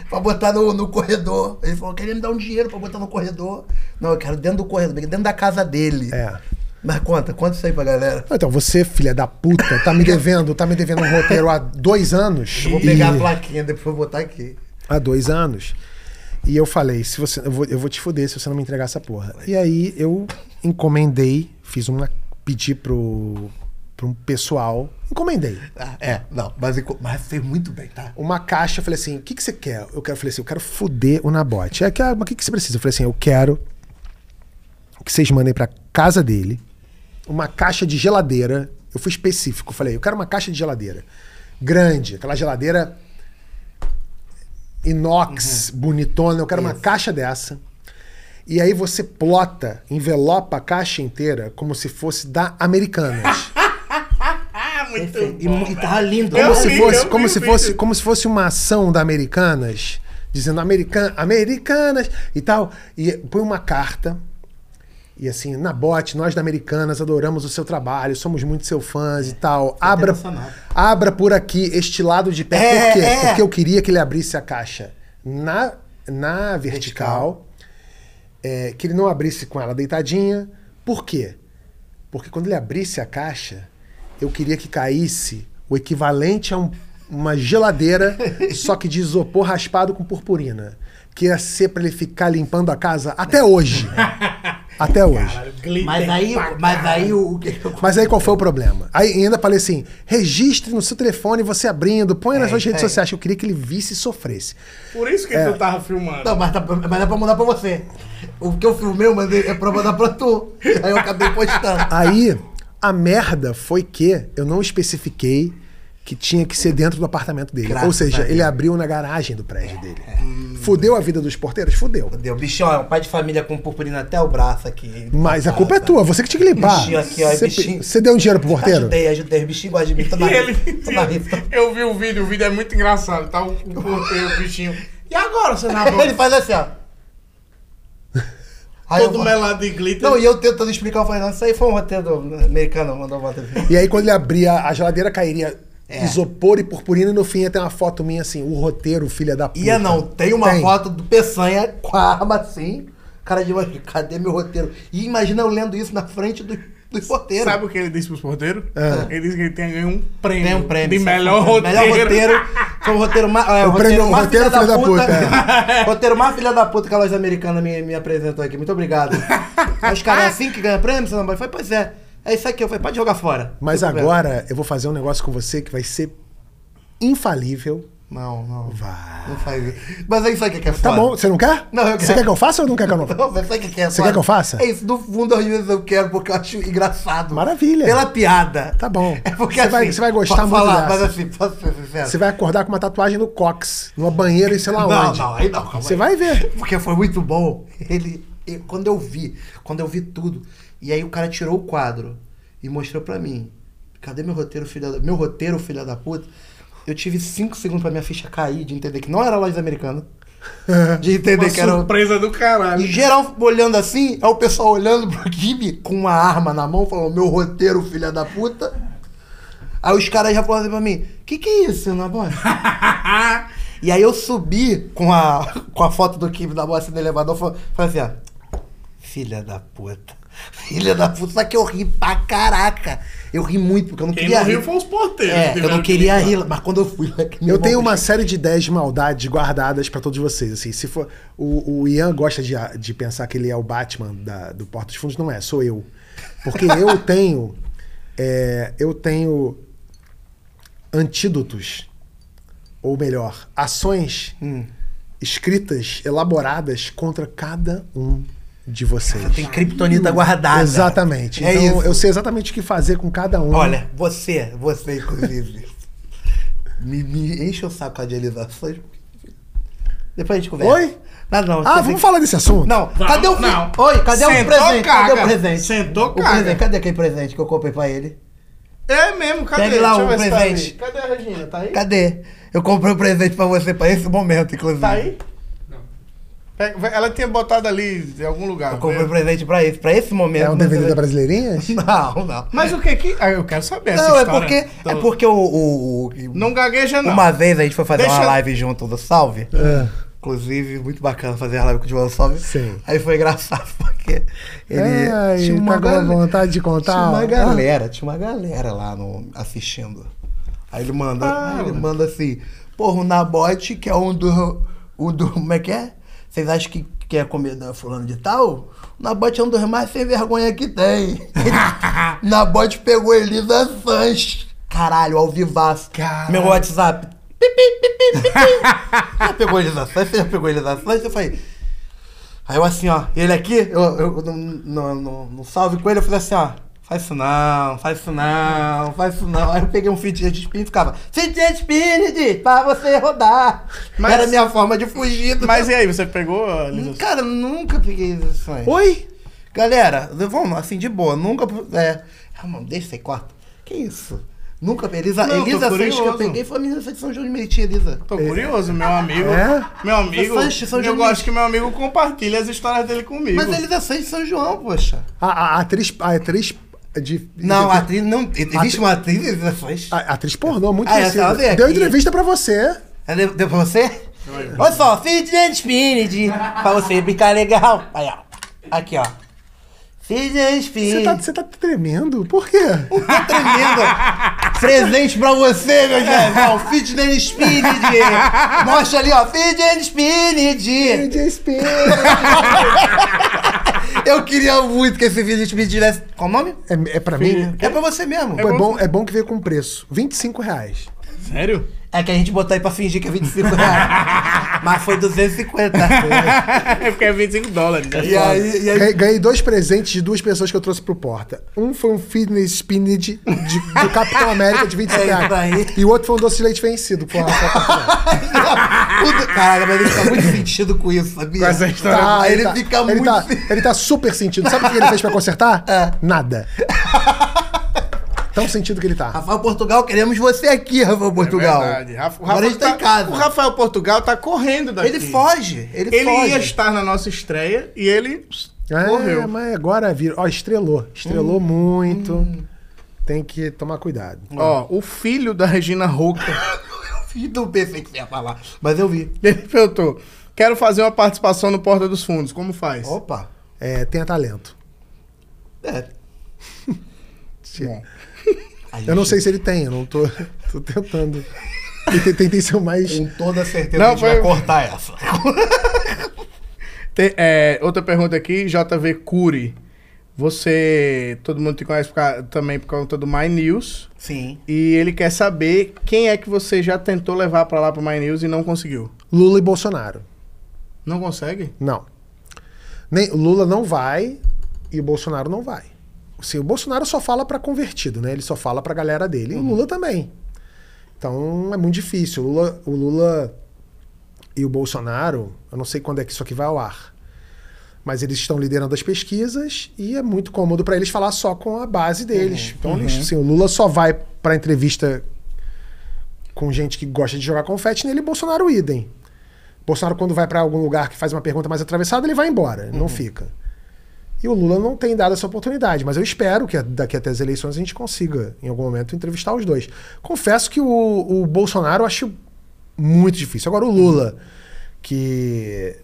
pra botar no, no corredor. Ele falou, querendo dar um dinheiro pra botar no corredor. Não, eu quero dentro do corredor, dentro da casa dele. É. Mas conta, conta isso aí pra galera. Então, você, filha da puta, tá me devendo, tá me devendo um roteiro há dois anos. Eu vou e- pegar a plaquinha, depois vou botar aqui. há dois anos. E eu falei, se você, eu, vou, eu vou te fuder se você não me entregar essa porra. E aí eu encomendei, fiz uma. pedi pro, pro pessoal. Encomendei. Ah, é, não, mas, enco- mas fez muito bem, tá? Uma caixa, eu falei assim: o que, que você quer? Eu quero, eu falei assim, eu quero fuder o Nabote. É, que, ah, mas o que, que você precisa? Eu falei assim, eu quero que vocês mandem pra casa dele uma caixa de geladeira. Eu fui específico, eu falei, eu quero uma caixa de geladeira. Grande, aquela geladeira inox, bonitona, eu quero uma caixa dessa. E aí você plota, envelopa a caixa inteira como se fosse da Americanas. Ah, muito E, e tava lindo. Eu Como Tava se vi, fosse, eu como vi se o fosse, vídeo. como se fosse uma ação da Americanas, dizendo American, Americanas e tal, e põe uma carta e assim, na bote, nós da Americanas adoramos o seu trabalho, somos muito seus fãs É. e tal. Abra, abra por aqui este lado de pé, É, por quê? é. Porque eu queria que ele abrisse a caixa na na vertical, é, que ele não abrisse com ela deitadinha. Por quê? Porque quando ele abrisse a caixa, eu queria que caísse o equivalente a um- uma geladeira, só que de isopor raspado com purpurina. Que ia ser pra ele ficar limpando a casa até hoje. até hoje. Mas aí, mas aí o o que Mas aí qual foi o problema? Aí ainda falei assim: registre no seu telefone você abrindo, põe nas suas redes é. sociais. que Eu queria que ele visse e sofresse. Por isso que tu tava filmando. Não, mas, tá, mas é pra mandar pra você. O que eu filmei, eu mandei, é pra mandar pra tu. Aí eu acabei postando. Aí a merda foi que eu não especifiquei que tinha que ser dentro do apartamento dele. Graças Ou a seja, Deus. É, ele abriu na garagem do prédio dele. Fudeu a vida dos porteiros? Fudeu. Deu, bichão, é um pai de família com purpurina até o braço aqui. Tá, Mas a culpa é tua, você que tinha que limpar. Bichinho aqui, ó, é Você bichinho. você deu um dinheiro pro porteiro? tá Ajudei, ajudei. O bichinho gosta de mim. Tô na E ele. rifa, tô na rifa. Eu vi o vídeo, o vídeo é muito engraçado, tá? O, o, porteiro, o bichinho. E agora, seu Nabote? Ele faz assim, ó. é Aí eu Todo falo- melado e glitter. Não, e eu tentando explicar, eu falei, não, isso aí foi um roteiro americano, mandou uma roteiro. E aí, quando ele abria a geladeira, cairia É. isopor e purpurina, e no fim ia ter uma foto minha assim, o roteiro, filha da puta. Ia é não, tem uma Tem. foto do Peçanha com a arma assim, cara de mano, cadê meu roteiro? E imagina eu lendo isso na frente do, do roteiro. Sabe o que ele disse pros porteiros? Ele disse que ele tinha ganho um prêmio. Tem É. um prêmio. De sabe? melhor roteiro. Melhor roteiro. Foi o roteiro mais. É, O o prêmio- um roteiro mais roteiro filha da, filha da puta. puta, roteiro mais filha da puta que a loja americana me, me apresentou aqui. Muito obrigado. Aí Os caras é assim que ganha prêmio, você não vai. Foi, pois é. É isso aqui, eu falei, pode jogar fora. Mas Não tem problema. agora eu vou fazer um negócio com você que vai ser infalível. Não, não. Vai. Não faz isso. Mas é isso aqui que é Tá foda. bom, você não quer? Não, eu Você quero. quer que eu faça ou não quer que eu não faça? Não, mas sabe o que que é? Você foda? quer que eu faça? É isso, no fundo, às vezes eu quero, porque eu acho engraçado. Maravilha. Pela piada. Tá bom. É porque Você vai- assim, você vai gostar posso muito falar, dessa. Mas assim, posso ser sincero? Você vai acordar com uma tatuagem no cox, numa banheira e sei lá Não, onde. não, aí não, calma Você aí. vai ver. Porque foi muito bom. Ele, e quando eu vi, quando eu vi tudo, e aí o cara tirou o quadro e mostrou pra mim. Cadê meu roteiro, filha da, meu roteiro, filha da puta? Eu tive cinco segundos pra minha ficha cair de entender que não era loja americana. De entender Uma que era um- o- surpresa do E caralho. geral olhando assim, é o pessoal olhando pro Gibi com uma arma na mão, falando, meu roteiro, filha da puta. Aí os caras já falaram assim pra mim, que que é isso, na bosta? e aí eu subi com a, com a foto do Gibi da bosta assim, no elevador, fa- falei assim, ó, filha da puta. Filha da puta, só que eu ri pra caraca. Eu ri muito, porque eu não Quem queria não riu rir. foi os porteiros. É, eu tiveram não que queria limpar. rir, mas quando eu fui... Eu tenho uma série de 10 maldades guardadas pra todos vocês. Assim, se for o, o Ian gosta de, de pensar que ele é o Batman da- do Porta dos Fundos, não é, sou eu. Porque eu tenho é, eu tenho antídotos ou melhor, ações Hum. escritas, elaboradas contra cada um de vocês. Hum. Tem criptonita guardada. Exatamente. É então, isso. eu sei exatamente o que fazer com cada um. Olha, você, você inclusive, me, me enche o saco com a de realizações. Depois a gente conversa. Oi? Nada não. Ah, vamos falar desse assunto? Não, cadê o... não. Oi, cadê o Sentou, presente? Cadê caga. o presente? Sentou, o caga. presente. Cadê aquele presente que eu comprei pra ele? É mesmo, cadê? Pegue lá Deixa eu o ver se tá aí. presente. Cadê a Regina? Tá aí? Cadê? Eu comprei um presente pra você pra esse momento, inclusive. Tá aí? Não. Pega- vai- Ela tinha botado ali em algum lugar. né? Eu comprei um presente pra esse, pra esse momento. É um mas DVD da eu- Brasileirinhas? Não, não. Mas o que que... Ah, eu quero saber essa Não, é história porque, do- é porque o, o- o- Não gagueja, não. Uma vez a gente foi fazer Deixa uma eu- live junto do Salve. É. Inclusive, muito bacana fazer a live com o João Salve. Sim. Aí foi engraçado, porque ele Ai, tá com uma gale- vontade de contar? Tinha uma Ah. galera, tinha uma galera lá no, assistindo. Aí ele manda, Ah. aí ele manda assim, porra, o Nabote, que é um do. Um do como é que é? Vocês acham que, que é comida fulano de tal? O Nabote é um dos mais sem vergonha que tem. Nabote pegou Elisa Sanches. Caralho, ao vivaço. Caralho. Meu WhatsApp. Pi, pi, pi, pi, pi, pi. Já pegou Elisa Sanches? Você já pegou Elisa Sanches? Eu falei. Aí eu assim, ó, ele aqui, eu, eu no, no- no- no salve com ele, eu falei assim, ó, faz isso não, faz isso não, faz isso não. Aí eu peguei um fidget spin e ficava, fidget spin, pra você rodar. Mas- Era a minha forma de fugir. do- Mas é- e aí, você pegou a Lisa? Cara, eu nunca peguei isso aí. Oi? Galera, vamos, assim, de boa, nunca, é, ah, mano, deixa aí, corta. Que isso? Nunca, Elisa, Não, tô Elisa Sanches que eu curioso. peguei foi a menina de São João de Meriti, Elisa. Tô curioso, meu amigo. É? Meu amigo. São- São eu João- gosto que meu amigo compartilha as histórias dele comigo. um Mas Elisa Sanches de São João, poxa. A, a- a atriz. A atriz de. Não, de- a atriz, não, existe uma atriz Elisa Sanches? a, a atriz pornô, muito Ah, eu conhecida. tava vendo Deu aqui. entrevista pra você. Ela Deu, deu pra você? Olha só, Fidget Spirit, pra você brincar legal. Aí, ó. Aqui, ó. Fidget Você Spirit. tá, você tá tremendo? Por quê? Tá tremendo. Presente pra você, meu irmão. Fidget Spirit. Mostra ali, ó. Fidget Spirit. DJ Spin. Eu queria muito que esse Fidget Spirit tivesse... Qual o nome? É, é pra mim. É pra você mesmo. Pô, é, bom, é bom que veio com preço. 25 reais. Sério? É que a gente botou aí pra fingir que é 25 reais. Mas foi 250. É porque é 25 dólares. né? E aí, e aí Ganhei, ganhei dois presentes de duas pessoas que eu trouxe pro Porta. Um foi um fitness spinach de- do Capitão América de 25 É isso reais. aí. E o outro foi um doce de leite vencido. Pô, Puta- Caraca, mas ele tá muito sentido com isso, sabia? Com essa Tá, ele, fica ele muito. assim, Tá, ele tá super sentido. Sabe o que ele fez pra consertar? É. Nada. Tão sentido que ele tá. Rafael Portugal, queremos você aqui, Rafael Portugal. É Verdade. Rafa- o Agora Rafael a gente tá em casa. O Rafael Portugal tá correndo daqui. Ele foge, ele, Ele foge. ia estar na nossa estreia e ele É, correu. mas agora vira. Ó, estrelou. Hum. Estrelou muito. Tem que tomar cuidado. Ó, o filho da Regina Roca, E não pensei que você ia falar, mas eu vi. ele perguntou, quero fazer uma participação no Porta dos Fundos, como faz? Opa. É, tenha talento. É. A gente- Eu não sei se ele tem, eu não tô, tô tentando. Tentei, tentei ser o mais. Com toda certeza Não, a gente vai foi- cortar essa. Te- é, outra pergunta aqui, JV Cury. Você, todo mundo te conhece por ca- também por conta do My News. Sim. E ele quer saber quem é que você já tentou levar pra lá pro My News e não conseguiu. Lula e Bolsonaro. Não consegue? Não. Nem, Lula não vai e o Bolsonaro não vai. Assim, o Bolsonaro só fala pra convertido, né? Ele só fala pra galera dele. E o Lula também. Então é muito difícil. O Lula, o Lula e o Bolsonaro, eu não sei quando é que isso aqui vai ao ar. Mas eles estão liderando as pesquisas e é muito cômodo pra eles falar só com a base deles. Então, eles, assim, o Lula só vai pra entrevista com gente que gosta de jogar confete nele e Bolsonaro idem. Bolsonaro, quando vai pra algum lugar que faz uma pergunta mais atravessada, ele vai embora, ele não fica. E o Lula não tem dado essa oportunidade, mas eu espero que daqui até as eleições a gente consiga, em algum momento, entrevistar os dois. Confesso que o, o Bolsonaro eu acho muito difícil. Agora, o Lula, que,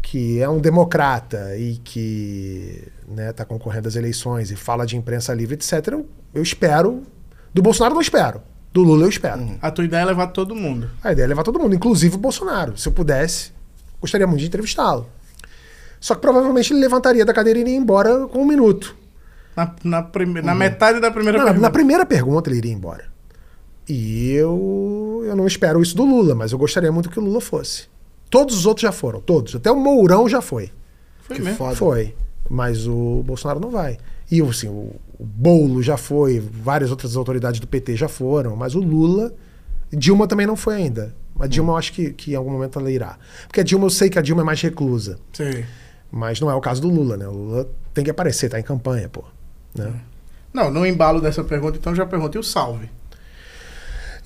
que é um democrata e que está concorrendo às eleições e fala de imprensa livre, etc., eu, eu espero. Do Bolsonaro eu não espero. Do Lula eu espero. A tua ideia é levar todo mundo. A ideia é levar todo mundo, inclusive o Bolsonaro. Se eu pudesse, gostaria muito de entrevistá-lo. Só que provavelmente ele levantaria da cadeira e iria embora com um minuto. Uhum. Na, na prime- na metade da primeira Na, na pergunta. primeira pergunta ele iria embora. E eu, eu não espero isso do Lula, mas eu gostaria muito que o Lula fosse. Todos os outros já foram, todos. Até o Mourão já foi. Foi mesmo. Foi. Mas o Bolsonaro não vai. E assim, o, o Boulo já foi, várias outras autoridades do PT já foram, mas o Lula. Dilma também não foi ainda. Mas Dilma eu acho que, que em algum momento ela irá. Porque a Dilma, eu sei que a Dilma é mais reclusa. Sei. Mas não é o caso do Lula, né? O Lula tem que aparecer, tá em campanha, pô. Né? Não, no embalo dessa pergunta, então já perguntei o salve.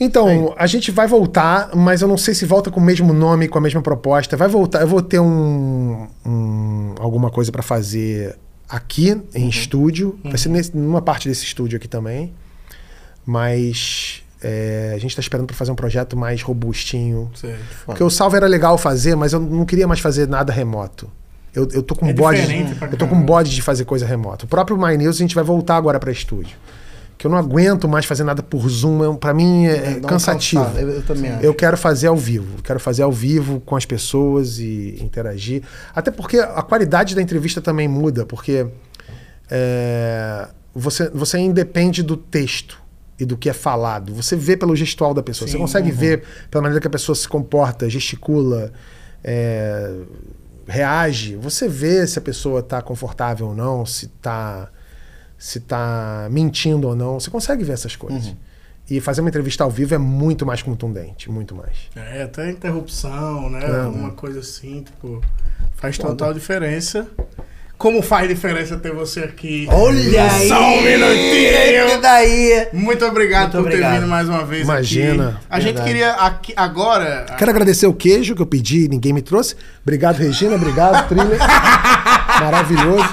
Então, a gente vai voltar, mas eu não sei se volta com o mesmo nome, com a mesma proposta. Vai voltar, eu vou ter um, um- alguma coisa pra fazer aqui em estúdio. Vai ser nesse- numa parte desse estúdio aqui também. Mas é, a gente tá esperando pra fazer um projeto mais robustinho. Sei. Porque o salve era legal fazer, mas eu não queria mais fazer nada remoto. Eu, eu tô com É bode. diferente pra Eu tô com caramba. bode de fazer coisa remota. O próprio My News a gente vai voltar agora pra estúdio. Que eu não aguento mais fazer nada por Zoom. é um- Pra mim é, é Dá um cansativo. cansado. Eu, eu também acho. Eu quero fazer ao vivo. Quero fazer ao vivo com as pessoas e interagir. Até porque a qualidade da entrevista também muda, porque é, você, você independe do texto e do que é falado. Você vê pelo gestual da pessoa. você consegue Uhum. ver pela maneira que a pessoa se comporta, gesticula, é, reage. Você vê se a pessoa está confortável ou não, se está se tá mentindo ou não. Você consegue ver essas coisas. E fazer uma entrevista ao vivo é muito mais contundente, muito mais. É, até interrupção, né? É, Alguma coisa assim, tipo. Faz total diferença. Como faz diferença ter você aqui? Olha aí! Só um Eita, minutinho! daí! Muito obrigado Muito por ter obrigado. vindo mais uma vez Imagina. aqui. A gente Verdade. queria aqui, agora. Quero agradecer o queijo que eu pedi e ninguém me trouxe. Obrigado, Regina. Obrigado, Trilha. Maravilhoso.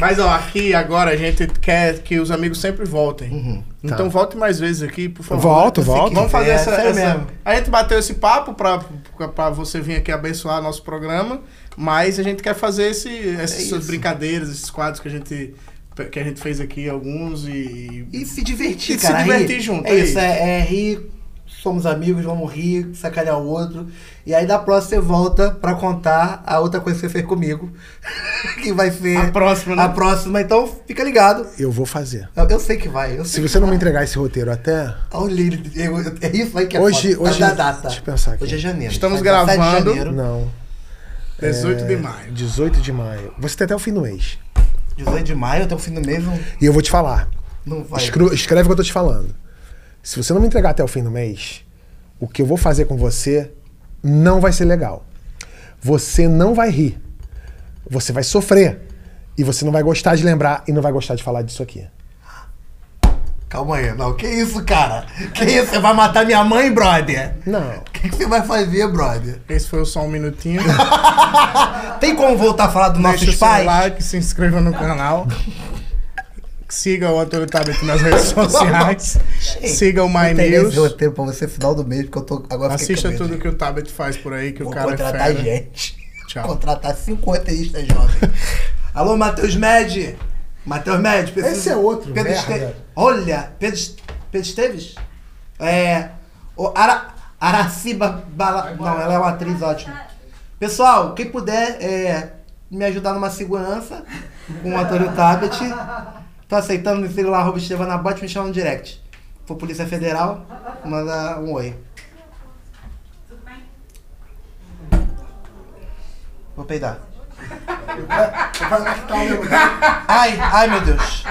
Mas ó, aqui agora a gente quer que os amigos sempre voltem. Uhum. Então volte mais vezes aqui, por favor. Volto, Assim, volto. Vamos fazer Tá. É, essa, sério essa- mesmo. A gente bateu esse papo pra, pra você vir aqui abençoar nosso programa, mas a gente quer fazer esse, É essas brincadeiras, esses quadros que a gente que a gente fez aqui alguns e, E se divertir, E se cara. divertir rir. junto, É é isso. isso, é, é rir, somos amigos, vamos rir, sacanear o outro. E aí da próxima você volta pra contar a outra coisa que você fez comigo. que vai ser. A próxima, né? A próxima, então fica ligado. Eu vou fazer. Eu, eu sei que vai. Eu Se sei. você não me entregar esse roteiro até. Olha, ele- eu- eu- é isso aí que é Hoje- foda. hoje- Tá da data. deixa eu pensar aqui. Hoje é janeiro. Estamos Vai dar sete de gravando. janeiro. Não. 18 de É, maio. 18 de maio. Você tem até o fim do mês. 18 de maio, até o fim do mês não, E eu vou te falar. não vai. Escru- escreve o que eu tô te falando. Se você não me entregar até o fim do mês, o que eu vou fazer com você não vai ser legal. Você não vai rir. Você vai sofrer. E você não vai gostar de lembrar e não vai gostar de falar disso aqui. Calma aí, não. Que isso, cara? Que isso? Você vai matar minha mãe, brother? Não. O que, que você vai fazer, brother? Esse foi o só um minutinho. Tem como voltar a falar dos Deixa o seu nossos pais? like, se inscreva no canal. Siga o Antônio Tabet nas redes sociais. Siga o My Tem News. esse roteiro pra você final do mês, porque eu tô agora fiquei Assista com medo. tudo que o Tabet faz por aí, que Vou o cara é contratar fera. gente. Tchau. Contratar cinco roteiristas jovens. Alô, Matheus Med. Matheus Med, preciso- Esse é outro, Pedro merda. Este- Olha, Pedro, Este- Pedro Esteves? É. O Ara... Araciba Bala... Não, ela é uma atriz ótima. Pessoal, quem puder é, me ajudar numa segurança com o Antônio Tabet. Tô aceitando, me siga lá, arroba Estevanabote, me chama no direct. For Polícia Federal, manda um oi. tá Vou peidar. Ai, ai meu Deus.